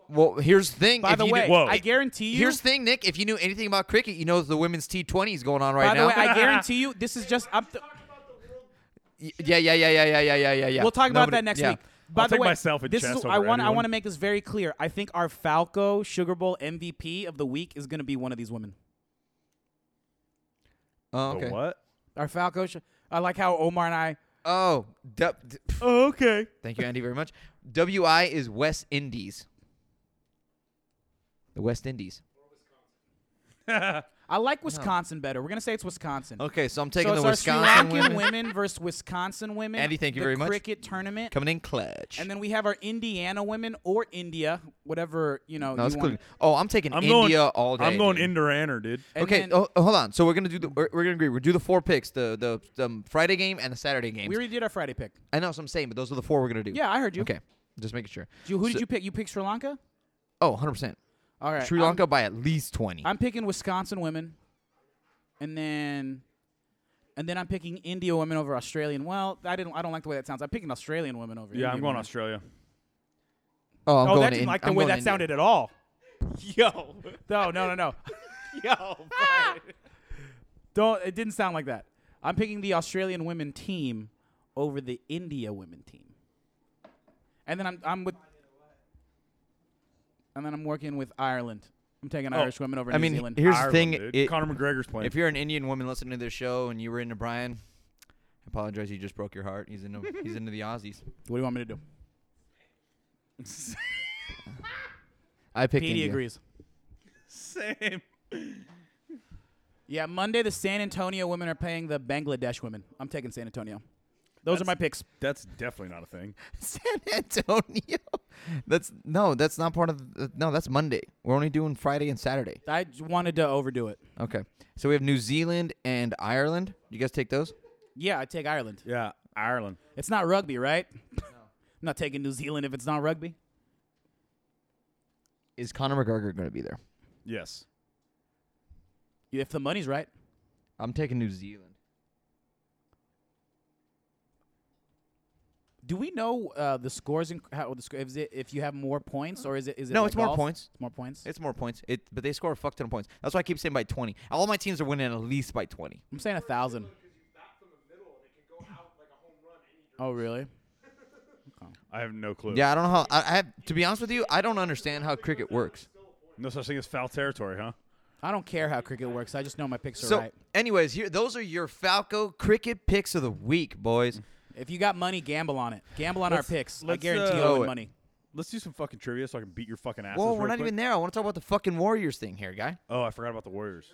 well, here's the thing.
By
if
the
you
way,
do,
Whoa.
I guarantee you.
here's the thing, Nick. If you knew anything about cricket, you know the women's T20 is going on right
by the
now.
way, I guarantee you. This is just. I'm th-
Y- yeah, yeah, yeah, yeah, yeah, yeah, yeah, yeah, yeah.
We'll talk about
Nobody-
that next
yeah.
week. By the
take
way,
myself and
this
Chess
is, I
over
want I
anyone.
want to make this very clear. I think our Falco Sugar Bowl MVP of the week is going to be one of these women.
Oh,
The
okay.
what?
Our Falco, sh- I like how Omar and I.
Oh, du- d- pff,
Oh, okay.
thank you, Andy, very much. WI is West Indies. The West Indies.
I like Wisconsin better. We're gonna say it's Wisconsin.
Okay, so I'm
So
taking
it's
the
our
Wisconsin
Sri Lankan
women.
women versus Wisconsin women.
Andy, thank you
the
very much.
Cricket tournament.
coming in clutch.
And then we have our Indiana women or India, whatever you know.
no, it's
you want.
Cleveland. Oh, I'm taking
I'm
India
going,
all day.
I'm going
dude.
Induraner, dude.
And
okay,
then
oh, oh, hold on. So we're gonna do the we're, we're gonna agree. We'll do the four picks: the the, the um, Friday game and the Saturday game.
we already did our Friday pick.
I know, so I'm saying, but those are the four we're gonna do.
Yeah, I heard you.
Okay, just making sure.
You- who
So-
did you pick? You picked Sri Lanka.
Oh, 100 percent.
All right.
Sri
I'm-
Lanka by at least 20.
I'm picking Wisconsin women, and then, and then I'm picking India women over Australian. Well, I didn't. I don't like the way that sounds. I'm picking Australian women over.
Yeah,
Indian
I'm going
women.
Australia.
oh, I'm
oh,
going
that
to
didn't
Ind-
like the
I'm
way
going
that
to India.
sounded at all. Yo, no, no, no, no. Yo, don't. It didn't sound like that. I'm picking the Australian women team over the India women team, and then I'm I'm with, and then I'm working with Ireland. I'm taking Irish women over
Oh, I
New
mean,
Zealand.
here's
Ireland,
the thing:
dude.
it-
Conor McGregor's playing.
if you're an Indian woman listening to this show and you were into Brian, I apologize. You just broke your heart. He's into he's into the Aussies.
what do you want me to do?
I picked
Petey
India.
agrees.
Same.
Yeah, Monday the San Antonio women are paying the Bangladesh women. I'm taking San Antonio. Those are my picks.
That's definitely not a thing.
San Antonio. That's no, that's not part of. The, no, that's Monday. We're only doing Friday and Saturday.
I j- wanted to overdo it.
Okay, so we have New Zealand and Ireland. You guys take those?
Yeah, I take Ireland.
Yeah, Ireland.
It's not rugby, right? No. I'm not taking New Zealand if it's not rugby.
Is Conor McGregor going to be there?
Yes.
If the money's right.
I'm taking New Zealand.
Do we know uh, the scores and how the score? Is it if you have more points or is it is it?
No,
like
it's more
golf?
points.
It's more points.
It's more points. It, but they score a fuck ton of points. That's why I keep saying by 20. All my teams are winning at least by 20.
I'm saying a thousand. Oh really?
I have no clue.
Yeah, I don't know how. I, I have to be honest with you. I don't understand how cricket works.
No such thing as foul territory, huh?
I don't care how cricket works. I just know my picks are
So,
right.
anyways, here those are your Falco cricket picks of the week, boys.
If you got money, gamble on it. Gamble on
Let's-
our picks. I
let's,
guarantee
uh,
you'll
Oh,
win money.
Let's do some fucking trivia so I can beat your fucking ass.
Whoa, we're not even there. I want to talk about the fucking Warriors thing here, guy.
Uh,
Oh, I forgot about the Warriors.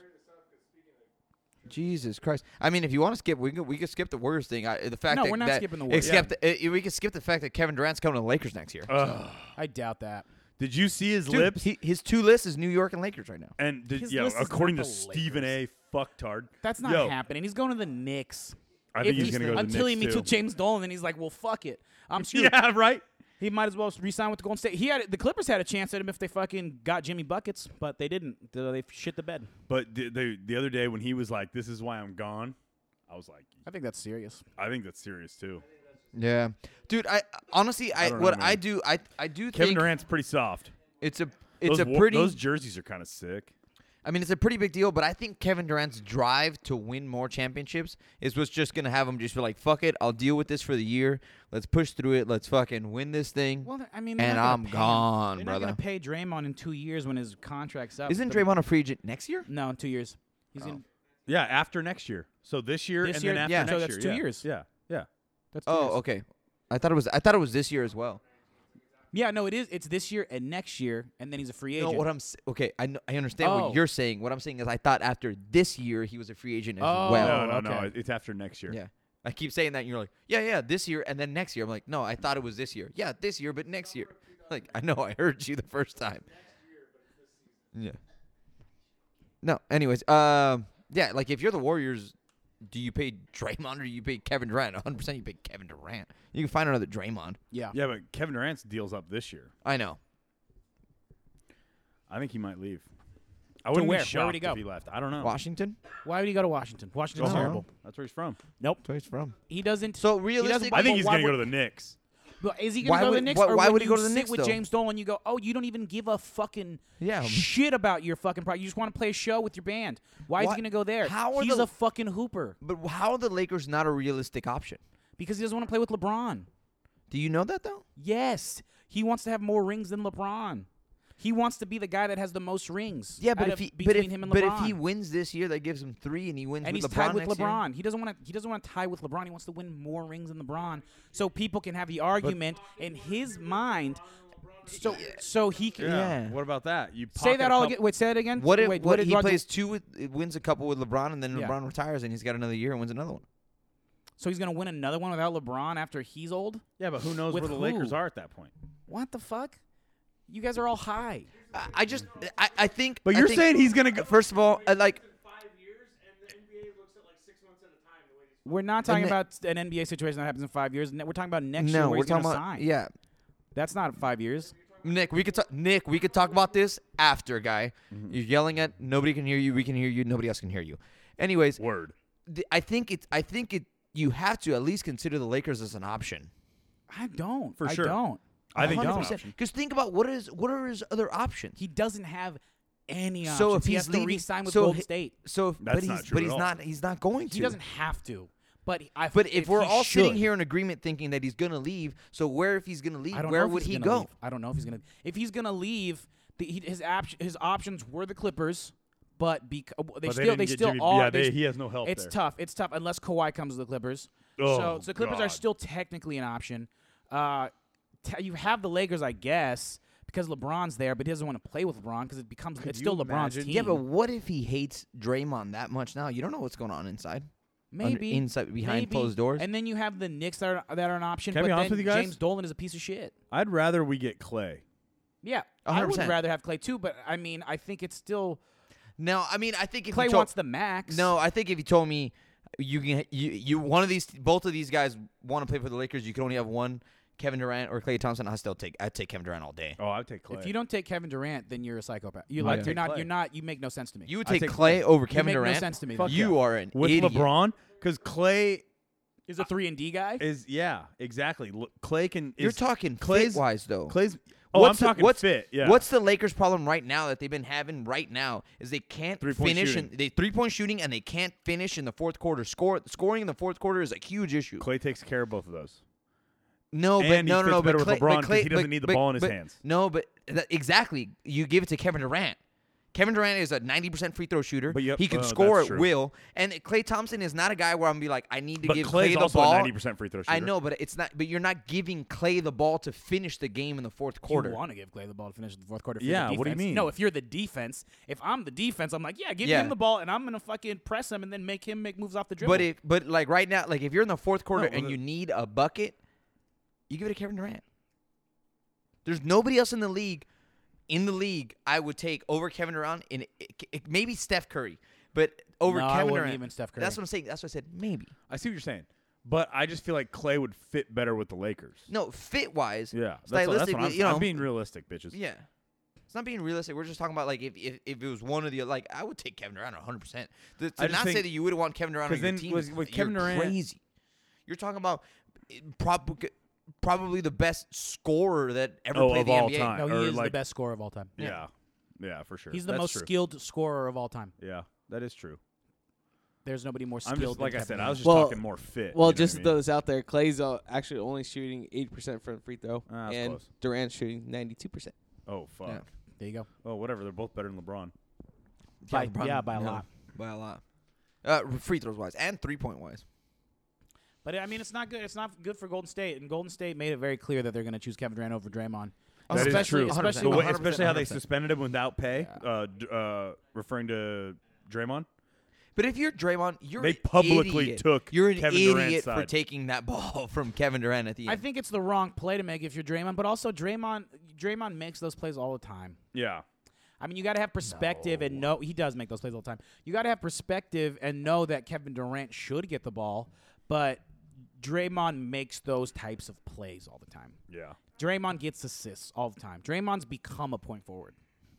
Jesus Christ! I mean, if you want to skip, we can we can skip the Warriors thing. I, the fact
No,
that,
we're not
that-
skipping the Warriors.
Except uh, we can skip the fact that Kevin Durant's coming to the Lakers next year.
Uh, I doubt that.
Did you see his
Dude,
lips?
he- his two lists is New York and Lakers right now.
and did,
His
yeah,
list is
according to
not the
Stephen A. Fucktard.
That's not
Yo,
happening. He's going to the Knicks.
I think
If
he's gonna go to the
until he
Knicks,
meets
too.
with James Dolan, and he's like, "Well, fuck it, I'm screwed."
Yeah, right.
He might as well resign with the Golden State. He had the Clippers had a chance at him if they fucking got Jimmy buckets, but they didn't. They they shit the bed.
But the, the the other day when he was like, "This is why I'm gone," I was like,
I think that's serious.
"I think that's serious too."
Yeah, dude. I honestly, I,
don't know,
what I
man.
do, I I do
Kevin
think
Durant's pretty soft.
it's a it's
those,
a
wa-
pretty.
Those jerseys are kind of sick.
I mean, it's a pretty big deal, but I think Kevin Durant's drive to win more championships is what's just gonna have him just be like, "Fuck it, I'll deal with this for the year. Let's push through it. Let's fucking win this thing."
Well, I mean,
and I'm gone,
They're
brother.
not gonna pay Draymond in two years when his contract's up.
Isn't Draymond Oh. a free agent next year?
No, in two years. He's in.
Yeah, after next year. So this year
This
and
year,
then after
yeah.
next
So that's
year.
two
yeah.
years.
Yeah, yeah.
That's two years.
Oh, okay. I thought it was. I thought it was this year as well.
Yeah, no, it is. It's this year and next year, and then he's a free agent.
No, what I'm s- okay. I kn- I understand
Oh.
what you're saying. What I'm saying is, I thought after this year he was a free agent as
Oh.
well.
No, no, no.
okay.
it- It's after next year.
Yeah. I keep saying that, and you're like, yeah, yeah, this year, and then next year. I'm like, no, I thought it was this year. Yeah, this year, but next year. Like, I know I heard you the first time. Yeah. No. Anyways, um, yeah, like if you're the Warriors, do you pay Draymond or do you pay Kevin Durant? 100 percent you pay Kevin Durant. You can find another Draymond.
yeah.
Yeah, but Kevin Durant's deal's up this year.
I know.
I think he might leave. I wouldn't
where?
be
Where
shocked
would he go?
if he left. I don't know.
Washington.
Why would he go to Washington? Washington's
That's
Uh-huh.
terrible.
That's where he's from.
Nope.
Where he's from.
He doesn't.
So
he doesn't-
realistically-
but
I think he's
why
going to
would-
go to the Knicks.
But is he
Why
going to go to the
would-
Knicks?
why-
or
why
will
would he
you
go to the
sit
Knicks,
with
though?
James Dolan? You go, oh, you don't even give a fucking
Yeah.
shit about your fucking product. You just want to play a show with your band. Why is he
Why-
going to go there?
how are
He's
the-
a fucking hooper
But how are the Lakers not a realistic option?
because he doesn't want to play with LeBron.
Do you know that though?
Yes, he wants to have more rings than LeBron. He wants to be the guy that has the most rings.
Yeah, but
out
if
of-
he but
between
if,
him and
but
LeBron.
if he wins this year, that gives him three, and he wins
and
with
he's
LeBron
tied with
next year.
LeBron. He doesn't want to. He doesn't want to tie with LeBron. He wants to win more rings than LeBron, so people can have the argument in his mind. So, so he can. Yeah.
What about that? You
Say
pocket
that
a
all
couple-
again. Wait, say that again.
What if
Wait,
what,
did
he
Rod do?
plays two with wins a couple with LeBron, and then
Yeah.
LeBron retires, and he's got another year and wins another one.
So he's gonna win another one without LeBron after he's old.
Yeah, but who knows
With
where the Lakers
who?
are at that point?
What the fuck? You guys are all high.
I, I just I, I think.
But
I
you're
think-
saying he's gonna go-
First of all, I like
We're not talking
And the-
about an NBA situation that happens in five years. Ne- We're talking about next year.
no,
where
we're
he's
talking
gonna
about
sign.
yeah.
That's not five years.
Nick, we could talk. Nick, we could talk about this after, guy.
Mm-hmm.
You're yelling at nobody can hear you. We can hear you. Nobody else can hear you. Anyways,
Word.
th- I think it's. I think it. You have to at least consider the Lakers as an option.
I don't.
For
I
sure.
don't.
I think it's
100%.
an option.
Because think about what is what are his other options.
He doesn't have any options.
so if
he
he's
has
leaving,
to re-sign with
so
Golden
he-
State,
So if, but
That's
he's
not true
but
at
he's
all.
not he's not going to.
he doesn't have to. But I.
But if, we're
he
all sitting
should-
here in agreement, thinking that he's gonna leave, so where if he's gonna leave,
I don't
where
know if
would
he's
he
gonna
go?
leave. I don't know if he's gonna. If he's gonna leave, the, he, his op- his options were the Clippers, but bec- uh, they
they
still
didn't
they
get
still
Jimmy-
are.
yeah,
they
they-
s-
he has no help
It's
there.
tough. It's tough unless Kawhi comes to the Clippers. so,
Oh,
so the Clippers are
God.
still technically an option. Uh, t- you have the Lakers, I guess, because LeBron's there, but he doesn't want to play with LeBron because it becomes it's
you
still LeBron's
imagine-
team.
Yeah, but what if he hates Draymond that much now? You don't know what's going on inside. under-
maybe
inside- behind
maybe.
closed doors.
And then you have the Knicks that are, that are an option.
Can I
but
be honest
then
with you guys?
James Dolan is a piece of shit.
I'd rather we get Clay.
Yeah, I would
100%.
rather have Clay too, but I mean, I think it's still
No, I mean I think if
Clay
you told,
wants the max.
No, I think if you told me you can you you one of these both of these guys want to play for the Lakers, you can only have one Kevin Durant or Clay Thompson. I still take I'd take Kevin Durant all day.
Oh, I'd take Clay.
if you don't take Kevin Durant, then you're a psychopath. You're
I'd
like
take
you're not
Clay.
you're not you make no sense to me.
You would
I'd
take
take
Clay
Clay.
over
make
Kevin
no
Durant.
sense to me.
Fuck
you
yeah.
are an
with
idiot.
LeBron because Clay
uh,
is a three and D guy.
is yeah exactly. L- Clay can.
You're
is-
talking
Clay's
fit-wise, though.
Clay's. Oh,
what's
I'm
the-
talking
what's,
fit. Yeah.
What's the Lakers' problem right now that they've been having right now is they can't
Three-point
finish in
shooting.
they three point shooting and they can't finish in the fourth quarter. Score scoring in the fourth quarter is a huge issue.
Clay takes care of both of those.
No, but
And he
no, no,
fits
no. But
better with
Clay,
LeBron
but
'cause
Clay,
he doesn't
but-
need the
but-
ball in his
but-
hands.
No, but that, exactly, you give it to Kevin Durant. Kevin Durant is a 90% free throw shooter.
But yep,
he can
uh,
score
that's
at
true.
will. And Clay Thompson is not a guy where I'm gonna be like, I need to
But
give
Clay's
Clay the
also a
ball.
90% free throw
I
shooter.
know, but it's not. But you're not giving Clay the ball to finish the game in the fourth quarter.
You want to give Clay the ball to finish the fourth quarter. if
Yeah,
you're the
what do you
defense.
mean?
No, if you're the defense, if I'm the defense, I'm like, yeah, give
Yeah.
him the ball, and I'm gonna fucking press him, and then make him make moves off the dribble.
But if, but like right now, like if you're in the fourth quarter
well,
and
the-
you need a bucket, you give it to Kevin Durant. There's nobody else in the league, in the league, I would take over Kevin Durant and it, it- maybe Steph Curry, but over
No, I
Kevin
wouldn't
Durant.
even Steph
That's
Curry.
what I'm saying. That's what I said. Maybe
I see what you're saying, but I just feel like Clay would fit better with the Lakers.
no fit wise.
Yeah, that's,
stylistically,
what- that's what I'm,
you know,
I'm being realistic, bitches.
yeah. It's not being realistic. We're just talking about like if, if, if it was one or the other. Like I would take Kevin Durant 100. percent To, to
I just
not say
think-
that you would want Kevin Durant on
'cause
your
then
team
with-
is-
with
you're
Kevin Durant-
crazy. You're talking about eh, prob- probably the best scorer that ever
Oh,
played
of
the
all
NBA.
time.
no,
or
he is the
like-
best scorer of all time.
yeah, yeah, for sure.
he's the
That's
most
true.
skilled scorer of all time.
Yeah, that is true.
There's nobody more skilled.
I'm just
than
like I
Kevin
said,
Durant.
I was just
Well-
talking more
Well,
fit. you know what
just
I
to
mean?
throw this out there, Clay's uh, actually only shooting 80% from free throw,
Ah, that's
and
close.
Durant's shooting 92%.
Oh fuck.
Yeah.
There you go.
Oh whatever. They're both better than LeBron.
By-
LeBron-
yeah, by a lot.
By a lot. Uh, r- free throws wise and three point wise.
But I mean, it's not good. It's not good for Golden State, and Golden State made it very clear that they're going to choose Kevin Durant over Draymond.
That is
especially,
true.
Especially,
The
No,
way,
100%,
especially how they
100%.
suspended him without pay, uh, d- uh, referring to Draymond.
But if you're Draymond, you're
They
an
publicly
idiot.
took
you're an
Kevin
idiot
Durant's
for
side.
taking that ball from Kevin Durant at the end.
I think it's the wrong play to make if you're Draymond, but also Draymond. Draymond makes those plays all the time.
Yeah.
I mean, you got to have perspective and know he does make those plays all the time. You got to have perspective and know that Kevin Durant should get the ball, but Draymond makes those types of plays all the time.
Yeah.
Draymond gets assists all the time. Draymond's become a point forward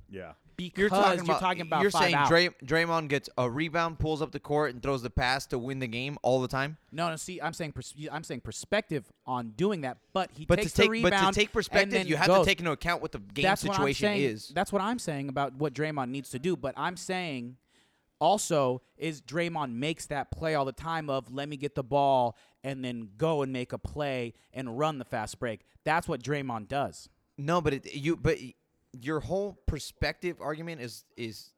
Yeah.
because
you're talking about
you're, talking about
you're
five
saying
out.
Dray- Draymond gets a rebound, pulls up the court, and throws the pass to win the game all the time.
No, no. See, I'm saying pers- I'm saying perspective on doing that, but he
But
takes
to
the
take but
rebound.
to take
and
perspective,
then
you have to
goes.
take into account what the game
that's what I'm
situation
saying-
is.
That's what I'm saying about what Draymond needs to do. But I'm saying also is Draymond makes that play all the time of let me get the ball and then go and make a play and run the fast break. That's what Draymond does.
no, but it, you but your whole perspective argument is is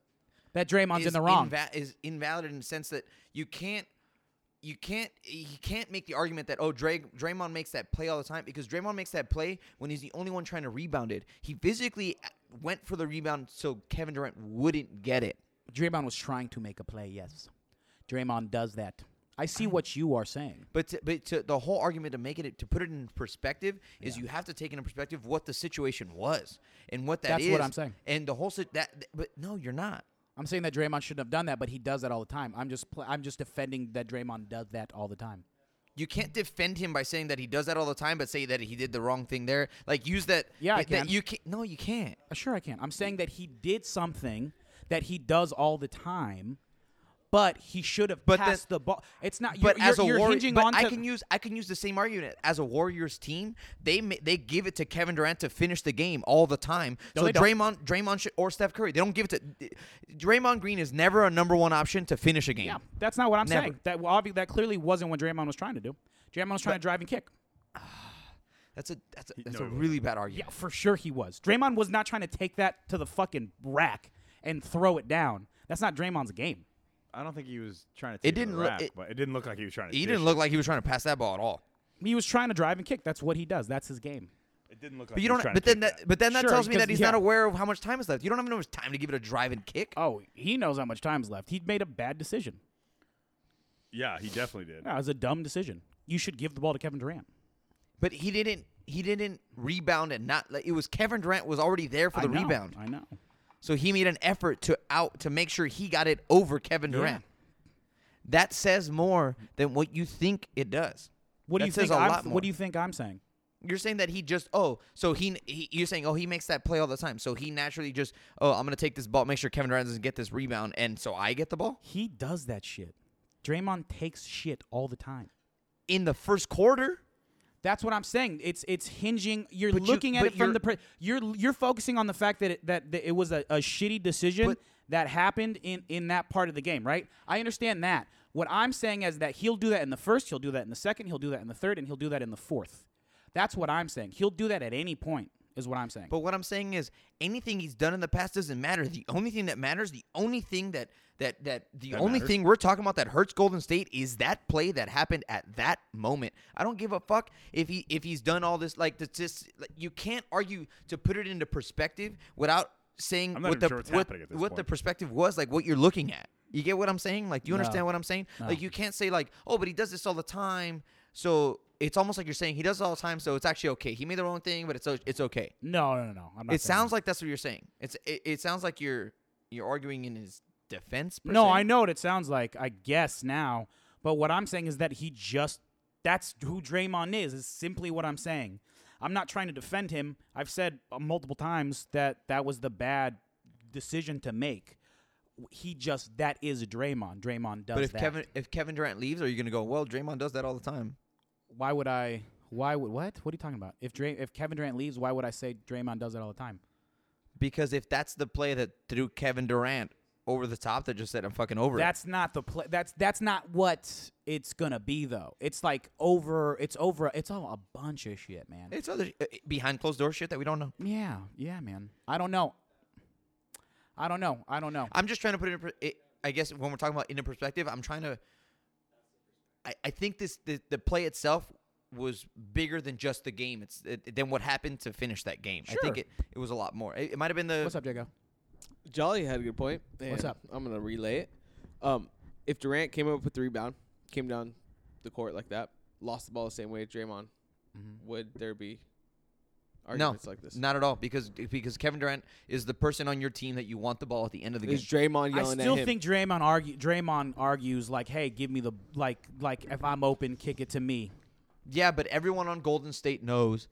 That Draymond's in
is
the wrong.
inva- is invalid in the sense that you can't you can't he can't make the argument that oh Dray, Draymond makes that play all the time because Draymond makes that play when he's the only one trying to rebound it. He physically went for the rebound so Kevin Durant wouldn't get it.
Draymond was trying to make a play. Yes, Draymond does that. I see what you are saying.
But to, but to, the whole argument to make it to put it in perspective is you have to take into perspective what the situation was and what that
That's
is.
what I'm saying.
And the whole si- that but no, you're not.
I'm saying that Draymond shouldn't have done that, but he does that all the time. I'm just pl- I'm just defending that Draymond does that all the time.
You can't defend him by saying that he does that all the time, but say that he did the wrong thing there. Like use that.
Yeah, I
that
can.
you can't. No, you can't.
Uh, Sure, I can. I'm saying that he did something that he does all the time, but he should have
But then-
passed the ball. It's not. You're,
But as
you're,
a
you're
warrior,
hinging
but
on
I
to-
can use I can use the same argument as a Warriors team. They ma- they give it to Kevin Durant to finish the game all the time.
No,
so
they don't.
Draymond Draymond should, or Steph Curry, they don't give it to Draymond Green is never a number one option to finish a game.
Yeah, that's not what I'm
Never.
saying. That well, obvi- that clearly wasn't what Draymond was trying to do. Draymond was trying to drive and kick.
That's a that's a, that's a
no, he wasn't.
really bad argument.
Yeah, for sure he was. Draymond was not trying to take that to the fucking rack and throw it down. That's not Draymond's game.
I don't think he was trying to. Take
didn't
to the
look-
rack,
it-
but it didn't look like he was trying to.
He
dish
didn't
it.
look like he was trying to pass that ball at all.
He was trying to drive and kick. That's what he does. That's his game.
It didn't look like.
But
he
you
was
don't.
trying to
But then
take
that. But then that
Sure,
tells me
because-
that he's
yeah.
not aware of how much time is left. You don't have enough time to give it a drive and kick.
Oh, he knows how much time's left. He made a bad decision.
Yeah, he definitely did.
That was a dumb decision. You should give the ball to Kevin Durant.
But he didn't. He didn't rebound and not. Like, it was Kevin Durant was already there for
I
the
know,
rebound,
I know.
so he made an effort to out to make sure he got it over Kevin Durant. That says more than what you think it does.
What do
That
you
says
think?
a
I'm,
lot more.
What do you think I'm saying?
You're saying that he just oh so he, he you're saying oh he makes that play all the time so he naturally just oh I'm gonna take this ball make sure Kevin Durant doesn't get this rebound and so I get the ball
He does that shit. Draymond takes shit all the time.
in the first quarter
That's what I'm saying. It's it's hinging. You're
But you-
looking at
but
it from
you're-
the. Pre- you're you're focusing on the fact that it, that, that it was a, a shitty decision
But-
that happened in in that part of the game, right? I understand that. What I'm saying is that he'll do that in the first, he'll do that in the second, he'll do that in the third, and he'll do that in the fourth. That's what I'm saying. He'll do that at any point. Is what I'm saying.
But what I'm saying is anything he's done in the past doesn't matter. The only thing that matters, the only thing that that that the only
matters.
thing we're talking about that hurts Golden State is that play that happened at that moment. I don't give a fuck if he if he's done all this like the just like, you can't argue to put it into perspective without saying
I'm not
what
even
the
sure what's
what,
happening at this
what the
point.
perspective was like what you're looking at. You get what I'm saying? Like do you
No.
understand what I'm saying? Like you can't say like, "Oh, but he does this all the time." So it's almost like you're saying he does it all the time, so it's actually okay. He made the wrong thing, but it's o- it's okay
no, no, no, no.
it
I'm not saying that.
sounds like that's what you're saying. It's it, it sounds like you're you're arguing in his defense. Per
No,
se.
I know what it sounds like. I guess now, but what I'm saying is that he just—that's who Draymond is. Is simply what I'm saying. I'm not trying to defend him. I've said uh, multiple times that that was the bad decision to make. W- He just—that is Draymond. Draymond does
But if
that.
Kevin if Kevin Durant leaves, are you gonna go? Well, Draymond does that all the time.
why would I? Why would what? What are you talking about? If Dray, if Kevin Durant leaves, why would I say Draymond does it all the time?
Because if that's the play that threw Kevin Durant over the top, that just said I'm fucking over
That's not the play. That's that's not what it's gonna be though. It's like over. It's over. It's all a bunch of shit, man.
it. It's other uh, uh, behind closed door shit that we don't know.
Yeah, yeah, man. I don't know. I don't know. I don't know.
I'm just trying to put it. In, per- it I guess when we're talking about in a perspective, I'm trying to. I, I think this the, the play itself was bigger than just the game. It's it, than what happened to finish that game. I think
Sure.
it, it was a lot more. It, it might have been the
What's up, Jago?
Jolly had a good point.
What's
and
up?
I'm gonna relay it. Um, if Durant came up with the rebound, came down the court like that, lost the ball the same way Draymond, would there be arguments like this?
Not at all, because because Kevin Durant is the person on your team that you want the ball at the end of the
Is
game.
Draymond
I
yelling
still
at him?
think Draymond argue. Draymond argues like, "Hey, give me the like, like if I'm open, kick it to me."
Yeah, but everyone on Golden State knows.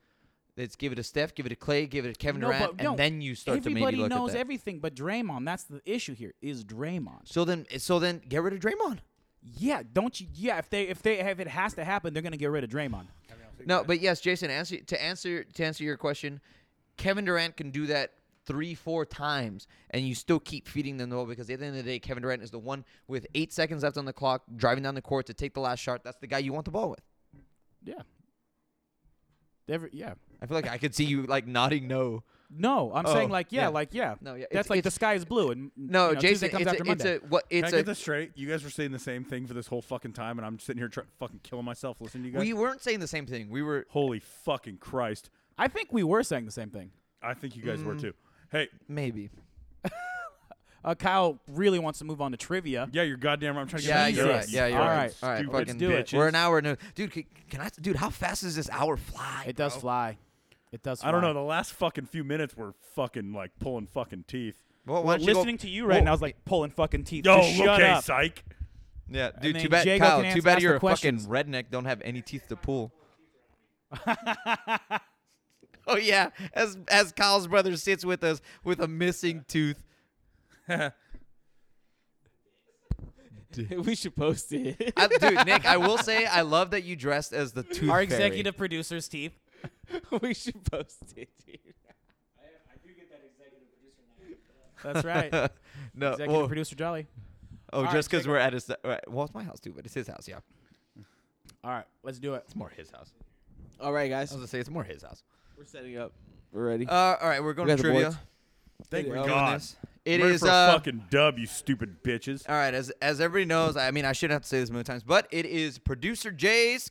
Let's give it to Steph, give it to Clay, give it to Kevin Durant, and then you start to
everybody
maybe look
knows
at that.
everything, but Draymond. That's the issue here. Is Draymond?
so then, so then, get rid of Draymond.
Yeah, don't you? Yeah, if they if they if it has to happen, they're gonna get rid of Draymond.
No, but yes, Jason. Answer to answer to answer your question. Kevin Durant can do that three, four times, and you still keep feeding them the ball because at the end of the day, Kevin Durant is the one with eight seconds left on the clock, driving down the court to take the last shot. That's the guy you want the ball with.
Yeah. Every, yeah,
I feel like I could see you like nodding no.
No, I'm saying
Oh,
like yeah,
yeah.
like yeah.
No, yeah,
That's
it's-
like the
it's-
sky is blue and
No,
you know, Tuesday
Jason,
comes
it's
after
a, it's
Monday.
a what?
Can
It's
I
a
get this straight? You guys were saying the same thing for this whole fucking time, and I'm sitting here try- fucking killing myself listening to you guys.
we weren't saying the same thing. We were
Holy fucking Christ!
I think we were saying the same thing.
I think you guys were
Mm.
too. Hey,
maybe.
Uh, Kyle really wants to move on to trivia.
yeah, you're goddamn right. I'm trying to
Yeah,
get
you're
through
right.
this.
Yeah, you're
All
right.
right,
All right,
stupid
fucking
do it.
bitches.
We're an hour new. Dude, can, can I? Dude, how fast does this hour fly?
It does
bro?
fly. It does. Fly.
I don't know. The last fucking few minutes were fucking like pulling fucking teeth.
Well, why
Well,
don't you go-
listening to you right
Whoa.
now is like pulling fucking teeth.
Yo,
Just shut
Oh, okay,
up.
psych.
Oh, Yeah, dude.
then
Too bad,
Jago
Kyle.
can
Too
ans- ask
bad
the
you're a
questions.
fucking redneck. Don't have any teeth to pull. oh yeah, as as Kyle's brother sits with us with a missing tooth.
we should post it.
I, dude, Nick, I will say I love that you dressed as the tooth.
Our
fairy.
executive producer's teeth.
we should post it, dude.
That's right. executive
no, well,
producer Jolly.
oh,
right,
just because we're at his. Right, well, it's my house too, but it's his house. Yeah,
All right, let's do it.
it's more his house.
All right,
I
guys,
was gonna say it's more his house.
we're setting up. We're ready.
Uh, all right, we're going
We
to
got the
trivia.
boards.
Thank
Hey,
you
yo.
God.
It
I'm ready
is
for a
uh,
fucking dub, you stupid bitches.
All right, as as everybody knows, I mean I shouldn't have to say this many times, but it is producer Jay's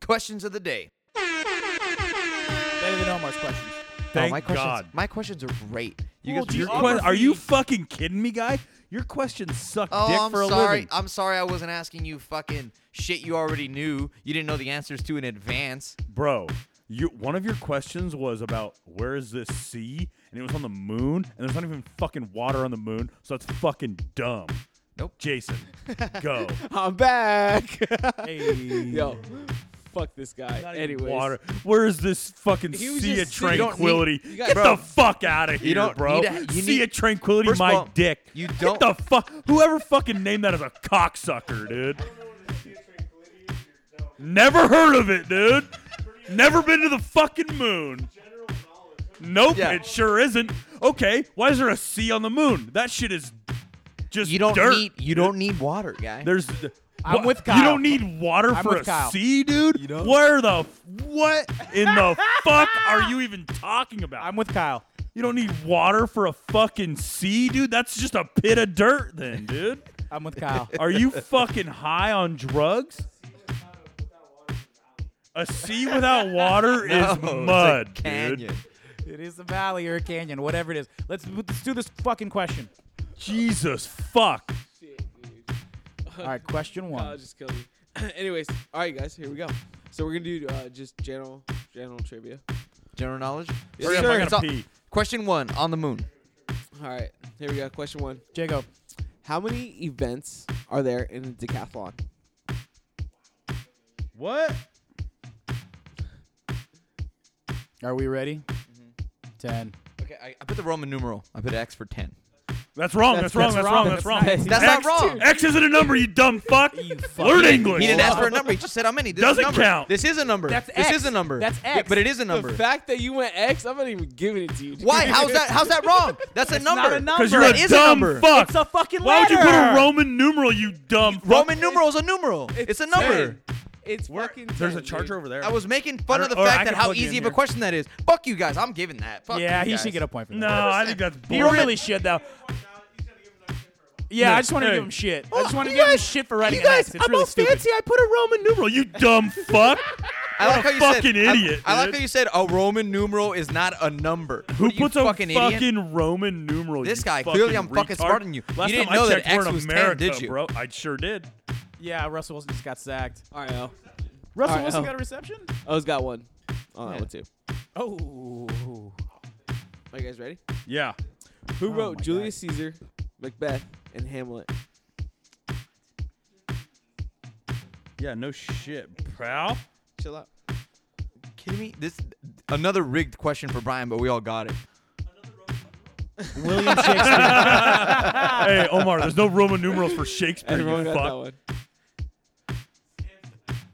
questions of the day.
Better than Omar's questions.
Thank
my questions,
God.
my questions are great. You
Well,
guys,
your
you're-
que- are you fucking kidding me, guy? Your questions suck
Oh,
dick
I'm
for a
sorry.
living.
I'm sorry. I wasn't asking you fucking shit you already knew. You didn't know the answers to in advance.
Bro, Oh, you, one of your questions was about where is this sea? And it was on the moon, and there's not even fucking water on the moon, so that's fucking dumb.
Nope.
Jason, go.
I'm back.
Hey.
Yo, fuck this guy.
Not even
Anyways,
water. Where is this fucking
He was
sea of
just sitting- You don't need-
tranquility?
you got-
Get
Bro.
the fuck out of here,
don't
bro.
need a- you
sea
need-
of tranquility,
First of
my
all,
dick.
you
Get
don't-
the fuck. Whoever fucking named that is a cocksucker, dude. Never heard of it, dude. Never been to the fucking moon. Nope,
Yeah.
it sure isn't. Okay, why is there a sea on the moon? That shit is just
You don't
dirt.
need. You don't need water, guy.
There's.
I'm
Wha-
with
You
Kyle.
don't need water
I'm
for
with
a
Kyle.
sea, dude. Where the what in the fuck are you even talking about?
I'm with Kyle.
you don't need water for a fucking sea, dude. That's just a pit of dirt, then, dude.
I'm with Kyle.
Are you fucking high on drugs? A sea without water is
No, Oh, it's
mud,
a canyon.
dude.
it is a valley or a canyon, whatever it is. Let's, let's do this fucking question.
Jesus fuck.
All right, question
I'll
one.
just kill you. Anyways, all right, guys, here we go. So we're gonna do uh, just general, general trivia.
General knowledge.
Yes,
Hurry up,
sir.
I
It's
gotta
all-
pee.
Question one on the moon.
All right, here we go. Question one:
Jago,
How many events are there in a decathlon?
What?
are we ready? Ten.
Okay, I, I put the Roman numeral. I put X for ten.
That's wrong. That's,
That's-
wrong.
that's
That's wrong. That's wrong.
That's
not
X,
wrong.
X isn't a number, you dumb fuck. Learn English.
He didn't ask for a number. He just said how many. This is a
Doesn't
number.
count.
This is a number.
That's
this
X.
is a number.
That's
Yeah,
X.
but it is a number.
The fact that you went X, I'm not even giving it to you. dude.
Why? How's that? How's that wrong? That's a number.
not a number.
Because you're a
It is a
dumb
number.
fuck.
It's a fucking
Why would you put a
letter.
Roman numeral, you dumb fuck?
Roman numeral is a numeral. It's, a number.
10. It's
Where-
fucking.
There's
10,
a charger
dude.
over there.
I was making fun
Or-
of the
or I
fact
can
that how
plug you in
easy of
here.
a question that is. Fuck you guys. I'm giving that. Fuck
Yeah,
you
he
guys.
should get a point for that.
No, I think that's
He
bullshit.
really should though. Yeah, I just want to
Hey. Oh,
give him shit. I just want to
you
give him
guys-
shit for writing
you
an
guys,
S. It's
I'm
really
all
stupid.
fancy. I put a Roman numeral, you dumb fuck.
I like
What a
how you said-
fucking
I-
idiot,
I, like
dude.
how you said a Roman numeral is not a number.
Who
What are you
puts a
fucking, idiot?
fucking Roman numeral?
This
you
guy, clearly I'm fucking
fucking retard.
smarter than you. You
Last
didn't
time
know
I
that
checked,
X
we're in
was 10,
America,
did you?
Bro, I sure did.
Yeah, Russell Wilson just got sacked.
All right, Al.
Russell
All right,
Wilson
oh.
got a reception?
O's got one. On that one too.
Oh.
Oh.
Are you guys ready?
Yeah.
Who
Oh
wrote
my
Julius Caesar, Macbeth, and Hamlet?
Yeah, no shit, pal.
Chill out.
kidding me? This another rigged question for Brian, but we all got it.
William Shakespeare.
hey, Omar, there's no Roman numerals for Shakespeare,
Everyone
you
got that
fuck.
one.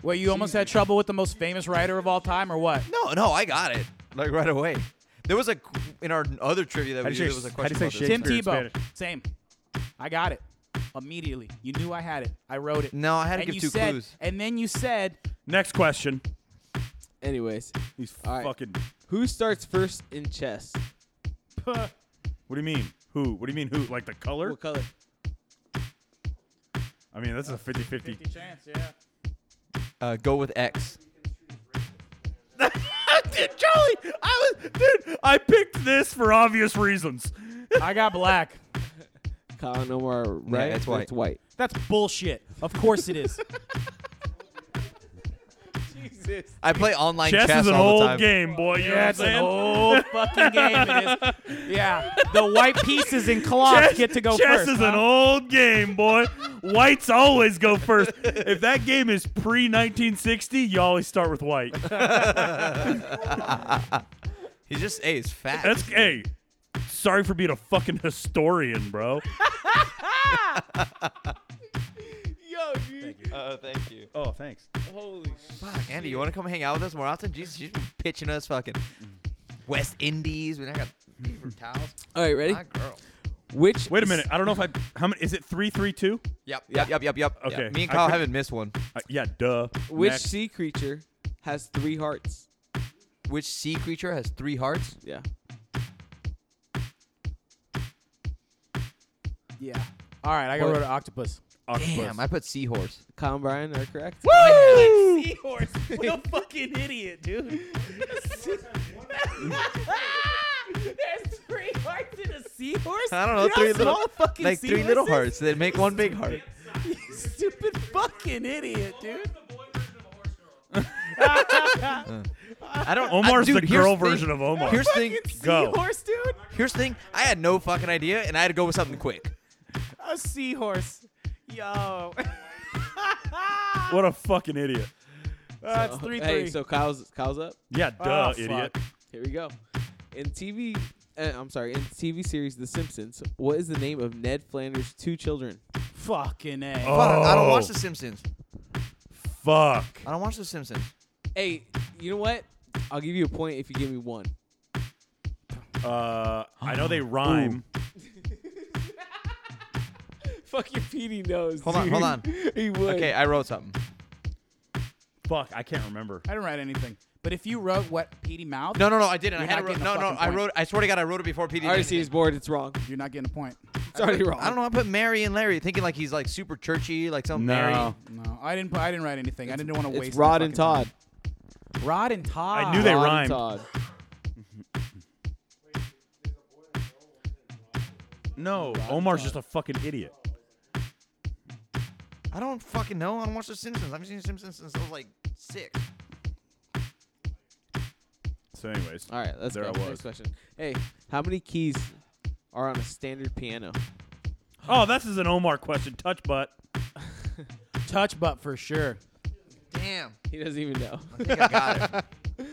Wait, you almost had trouble with the most famous writer of all time, or what?
No, no, I got it like right away. There was a qu- in our other trivia that
How'd
we
you
did.
say-
There was a
how'd
question
you say
about this.
Tim
Shakespeare in
Tebow.
Spanish.
Same. I got it immediately. You knew I had it. I wrote it.
No, I had to
and
give
you
two
said,
clues.
And then you said,
Next question.
Anyways,
These
All right.
fucking.
who starts first in chess?
What do you mean? Who? What do you mean who? Like the color?
What color?
I mean, that's a 50-50.
chance, yeah.
Uh, go with X.
dude, Charlie, I was dude. I picked this for obvious reasons.
I got black.
Colin Omar, right?
it's
So It's white.
That's bullshit. Of course it is.
Jesus.
I play online chess,
Chess is an
all the
old
time.
game, boy. You know what I'm
That's an
saying?
old fucking game. It is. Yeah, the white pieces and cloth get to go
chess
first.
is
huh?
an old game, boy. Whites always go first. If that game is pre 1960, you always start with white.
He's just hey, it's fat.
That's hey. Sorry for being a fucking historian, bro.
Yo, dude.
Oh, thank you.
Oh, thanks.
Holy
Fuck, Andy, you want to come hang out with us more often? Jesus, you've been pitching us fucking West Indies. We I got paper towels.
All right, ready?
My girl.
Which?
Wait a minute. I don't know if I. How many? Is it three, three, two?
Yep, yep, yep, yep, yep.
Okay,
Me and
I
Kyle
could-
haven't missed one.
Uh, yeah, duh.
Which
Next.
sea creature has three hearts?
Which sea creature has three hearts?
Yeah.
Yeah. All right, I got
What?
rid of octopus.
Octopus.
Damn, I put seahorse.
Colin and Brian are correct.
Seahorse. What a fucking idiot, dude. There's three hearts in a seahorse.
I don't know,
You
three
how
little-
small fucking
Like three little
seahorses?
hearts that make one big heart.
You stupid fucking idiot, dude.
I don't.
Omar's
I, dude,
the
here's
girl
thing-
version of Omar.
Here's the thing.
Go.
Seahorse, dude.
Here's the thing. I had no fucking idea, and I had to go with something quick.
A seahorse. Yo.
What a fucking idiot.
That's
So-
three three.
Oh, Hey, so Kyle's Kyle's up.
Yeah, duh,
Ah,
idiot.
fuck.
Here we go. In TV, uh, I'm sorry, in TV series The Simpsons, what is the name of Ned Flanders' two children?
Fucking a.
Oh.
Fuck, I don't watch The Simpsons.
Fuck.
I don't watch The Simpsons.
Hey, you know what? I'll give you a point if you give me one.
Uh, I know they rhyme.
Fuck your PD nose.
Hold on,
dude.
hold on.
he would.
Okay, I wrote something.
Fuck, I can't remember.
I didn't write anything. But if you wrote what Petey mouth,
No, no, no. I didn't.
You're
I had
not
to wrote,
getting a
no, no.
fucking
I
point.
wrote. I swear to God, I wrote it before PD.
I already see he's bored. It's wrong.
you're not getting a point.
It's already wrong.
I don't know. I put Mary and Larry, thinking like he's like super churchy, like some Mary.
No.
No, I didn't. I didn't write anything. I didn't want to waste.
It's
their
Rod and
fucking
Todd.
time. Rod and Todd.
knew they
Rod
rhymed.
And Todd.
No, Omar's just a fucking idiot.
I don't fucking know. I don't watch The Simpsons. I've seen The Simpsons since I was like six.
So, anyways,
All right, let's
There
go.
I was.
Next question. Hey, how many keys are on a standard piano?
oh, this is an Omar question. Touch butt.
Touch butt for sure.
Damn.
He doesn't even know.
I think I got it.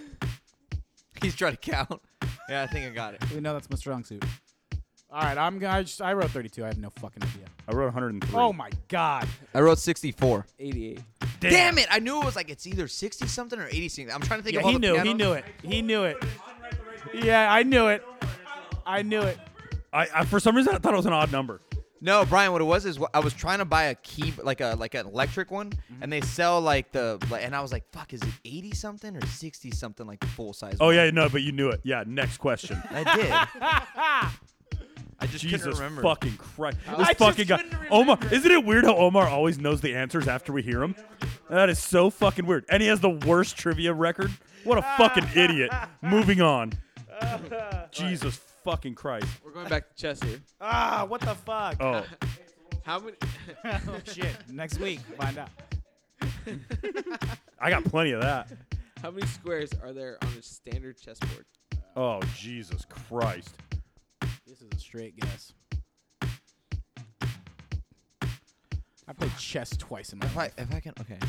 He's trying to count. Yeah, I think I got it.
We know that's my strong suit. All right, I'm. gonna- I, just, I wrote 32. I have no fucking idea.
I wrote 103.
Oh my god.
I wrote 64.
88.
Damn. it! I knew it was like it's either 60 something or 80 something. I'm trying to think
Yeah,
of all
he
the
knew. He
pianos.
knew it. He knew it. Yeah, I knew it. I knew it.
I, I for some reason I thought it was an odd number.
No, Brian, what it was is wh- I was trying to buy a key, like a like an electric one, and they sell like the, like, and I was like, fuck, is it 80 something or 60 something, like the full size?
Oh
one?
yeah, no, but you knew it. Yeah, next question.
I did. I just couldn't
Jesus
remember.
fucking Christ! This
just
fucking guy,
couldn't
Omar.
remember.
Isn't it weird how Omar always knows the answers after we hear him? That is so fucking weird. And he has the worst trivia record. What a fucking idiot. Moving on. Jesus fucking Christ.
We're going back to chess here.
Ah, what the fuck?
Oh,
How many?
Oh, shit. Next week, find out.
I got plenty of that.
How many squares are there on a standard chessboard?
Oh Jesus Christ.
This is a straight guess. I played chess twice in my
If I,
life.
if I can, okay.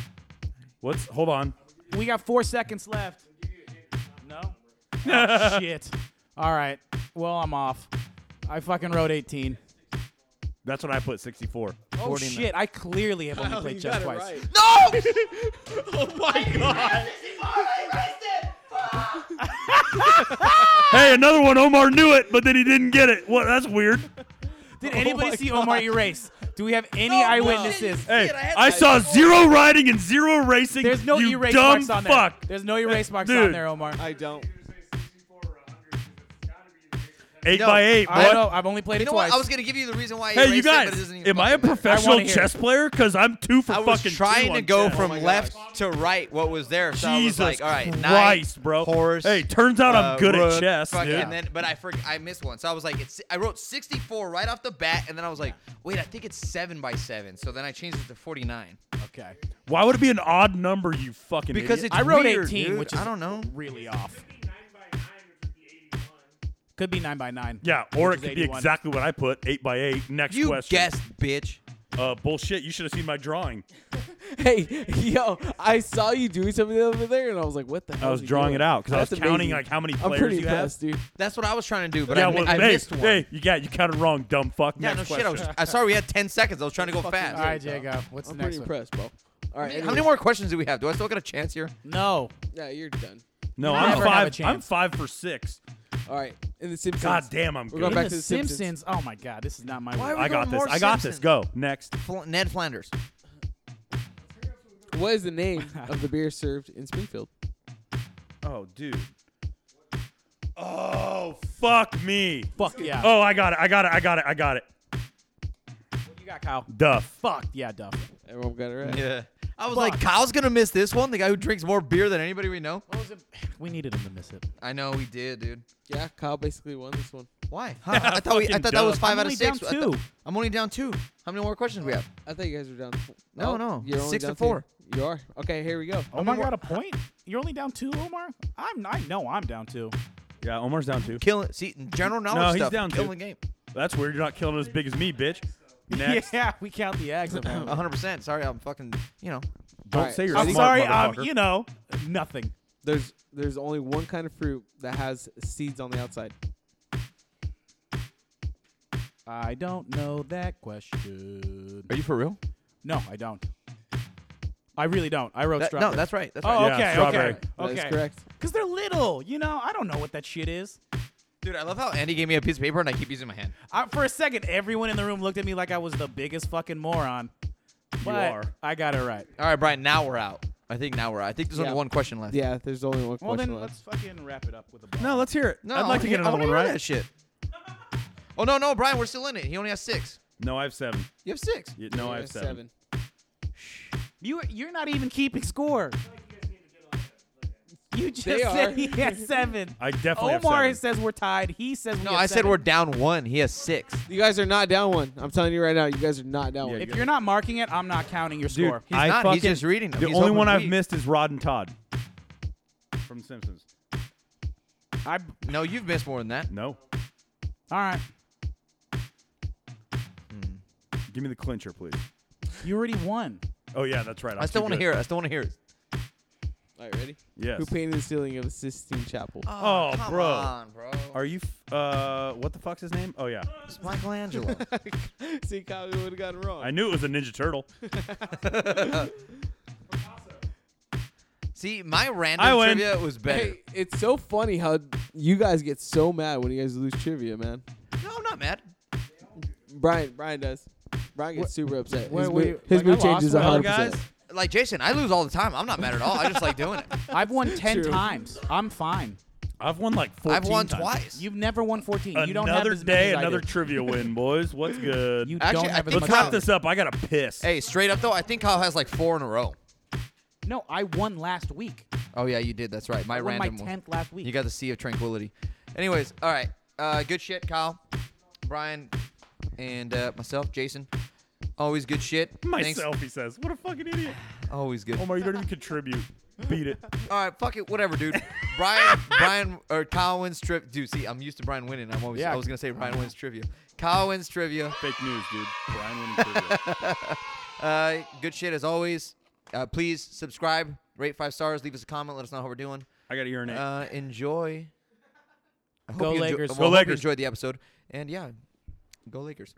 What's? Hold on.
We got four seconds left. No. Oh, shit. All right. Well, I'm off. I fucking wrote 18.
That's what I put. 64.
Oh
49.
shit! I clearly have only played chess twice. Oh
No!
Hey, another one. Omar knew it, but then he didn't get it. What? That's weird.
Did anybody see Omar erase? Do we have any
No, no.
eyewitnesses?
Hey,
Hey,
Shit, I had
I,
that
saw
before.
zero riding and zero racing.
There's no
you
erase
dumb
marks on
fuck.
there. There's no erase marks on
Dude.
there, Omar.
I don't.
Eight
No,
by eight.
I
boy.
know. I've only played
You
it
know
twice.
what? I was gonna give you the reason why.
Hey, you
erased it, but it
guys,
doesn't even
am I a
fucking matter.
professional
hear it.
chess player? Because I'm two for
I was
fucking two
trying to
on
go
chess.
from
Jesus
left to right. What was there? So I was like, all right,
Christ,
knight,
bro.
Horse.
Hey, turns out I'm
uh,
good at
rook,
chess,
fuck,
dude.
And then, but I forg- I missed one. So I was like, it's I wrote 64 right off the bat, and then I was like, wait, I think it's seven by seven. So then I changed it to 49
okay.
Why would it be an odd number, you fucking
because
idiot?
it's
I wrote
weird,
18,
dude.
which is
I don't know.
really off. Could be nine by nine.
yeah, or
which is
it could be
81.
exactly what I put, eight by eight. Next
You
question.
guessed, bitch.
Uh, bullshit. You should have seen my drawing.
Hey, yo, I saw you doing something over there, and I was like, "What the hell?"
I was
is he
drawing
doing?
it out because I was
That's
counting
amazing.
like how many
I'm
players
pretty
you have.
impressed, dude.
That's what I was trying to do, but
yeah,
I, mi-
well,
I
hey,
missed one.
hey, you, yeah, you counted wrong, dumb fuck.
yeah, no
Next
shit. I was.
question.
I sorry, we had 10 seconds. I was trying to go
Fucking
fast.
All right, Jago. What's
I'm
the
pretty
next one?
impressed, bro. All right,
How many more questions do we have? Do I still get a chance here?
No.
Yeah, you're done.
no,
I
I'm
never have a
five.
chance.
I'm five for six.
All right, in the Simpsons.
God damn, I'm
We're
good.
going back
In
to
the
the Simpsons.
Simpsons. Oh my God, this is not my.
Why
world.
are we
I got
going
this.
more
I got this.
Simpsons?
Go next.
Fl- Ned Flanders.
What is the name of the beer served in Springfield?
Oh, dude. Oh, fuck me.
Fuck yeah.
Oh, I got it. I got it. I got it. I got it.
you got Kyle.
Duff.
Fuck yeah, Duff.
Everyone got it right.
Yeah. I was like, Kyle's gonna miss this one. The guy who drinks more beer than anybody we know.
We needed him to miss it.
I know we did, dude.
Yeah, Kyle basically won this one.
Why? Huh? I thought we, I
Fucking
thought that was
dumb.
five
I'm
out of
only
six.
down
I thought-
two.
I'm only down two. How many more questions we have?
I thought you guys were down. to-
No,
Oh,
no.
You're only
Six to
down
four.
You are. Okay, here we go.
Omar got a point. You're only down two, Omar. I'm. I know I'm down two.
Yeah, Omar's down too.
Killing. See, general knowledge
No, he's
stuff.
down two.
Killing the game.
That's weird. You're not killing as big as me, bitch. Next.
Yeah, we count the eggs. apparently.
100. percent Sorry, I'm fucking. You know.
Don't
Alright,
say you're
I'm
smart,
sorry. Um,
motherfucker.
you know, nothing.
There's there's only one kind of fruit that has seeds on the outside.
I don't know that question.
Are you for real?
No, I don't. I really don't. I wrote
That- no,
strawberry.
that's right. That's right.
Oh,
Yeah,
okay,
strawberry.
okay,
That
okay.
is correct.
Because they're little, you know. I don't know what that shit is.
Dude, I love how Andy gave me a piece of paper and I keep using my hand.
I, for a second, everyone in the room looked at me like I was the biggest fucking moron. But
are.
I got it right.
All right, Brian. Now we're out. I think now we're out. I think there's
Yeah.
only one question left.
Yeah, there's only one
Well,
question
then
left.
let's fucking wrap it up with a ball.
No, let's hear it.
No,
I'd like to get
I
another
wanna
one
hear
right.
That shit. Oh no, no, Brian, we're still in it. He only has six.
No, I have seven.
You have six.
Yeah, No,
Yeah,
I have seven.
You you're not even keeping score. You just
They
said
are.
he has seven.
I definitely have
Omar
seven.
says we're tied. He says we
No,
have
I said
seven.
we're down one. He has six.
You guys are not down one. I'm telling you right now, you guys are not down
Yeah,
one.
If you're not marking it, I'm not counting your
Dude,
score.
He's
I
not.
Fucking,
He's just reading them.
The
He's
only
hoping
one
for
I've
you.
missed is Rod and Todd from The Simpsons.
I, all
No, you've missed more than that.
No.
right.
Give me the clincher, please.
You already won.
Oh, yeah, that's right.
I still want to hear it. I still want to hear it.
All right, ready?
Yes.
Who painted the ceiling of the Sistine Chapel?
Oh,
come
bro.
on, bro.
Are you, f- uh, what the fuck's his name? Oh, yeah.
It's Michelangelo.
See, Kyle would have gotten wrong.
I knew it was a Ninja Turtle.
See, my random
I win.
trivia was better.
Hey, it's so funny how you guys get so mad when you guys lose trivia, man.
No, I'm not mad.
Brian, Brian does. Brian gets super upset.
what-
his
what-
mood, his
like, I
mood
lost
changes
one.
Well,
100.
guys,
percent
Like Jason, I lose all the time. I'm not mad at all. I just like doing it.
I've won ten
True.
times. I'm fine.
I've won like 14
I've won
times.
twice.
You've never won 14.
Another
you don't have as many
day,
as I
another
do.
trivia win, boys. What's good?
You
Actually,
don't
I
have as
think
much
Let's
Kyle-
as I
wrap
do.
this up. I got to piss.
hey, straight up though, I think Kyle has like four in a row.
No, I won last week.
Oh yeah, you did. That's right. My
I won my
random one.
tenth last week.
You got the Sea of Tranquility. Anyways, all right. Uh, good shit, Kyle, Brian, and uh, myself, Jason. Always good shit. Thanks.
Myself, he says. What a fucking idiot.
Always good.
Omar, you don't even contribute. Beat it.
All right, fuck it, whatever, dude. Brian, Brian, or Kyle wins trip. Dude, see, I'm used to Brian winning. I'm always.
Yeah.
I was gonna say Brian wins trivia. Kyle wins trivia.
Fake news, dude. Brian winning trivia.
Uh, good shit as always. Uh, please subscribe, rate five stars, leave us a comment, let us know how we're doing.
I got to urinate.
Uh, enjoy. I hope
Go
you enjoy-
Lakers.
well,
Go
I hope you
Lakers.
enjoyed the episode, and yeah, go Lakers.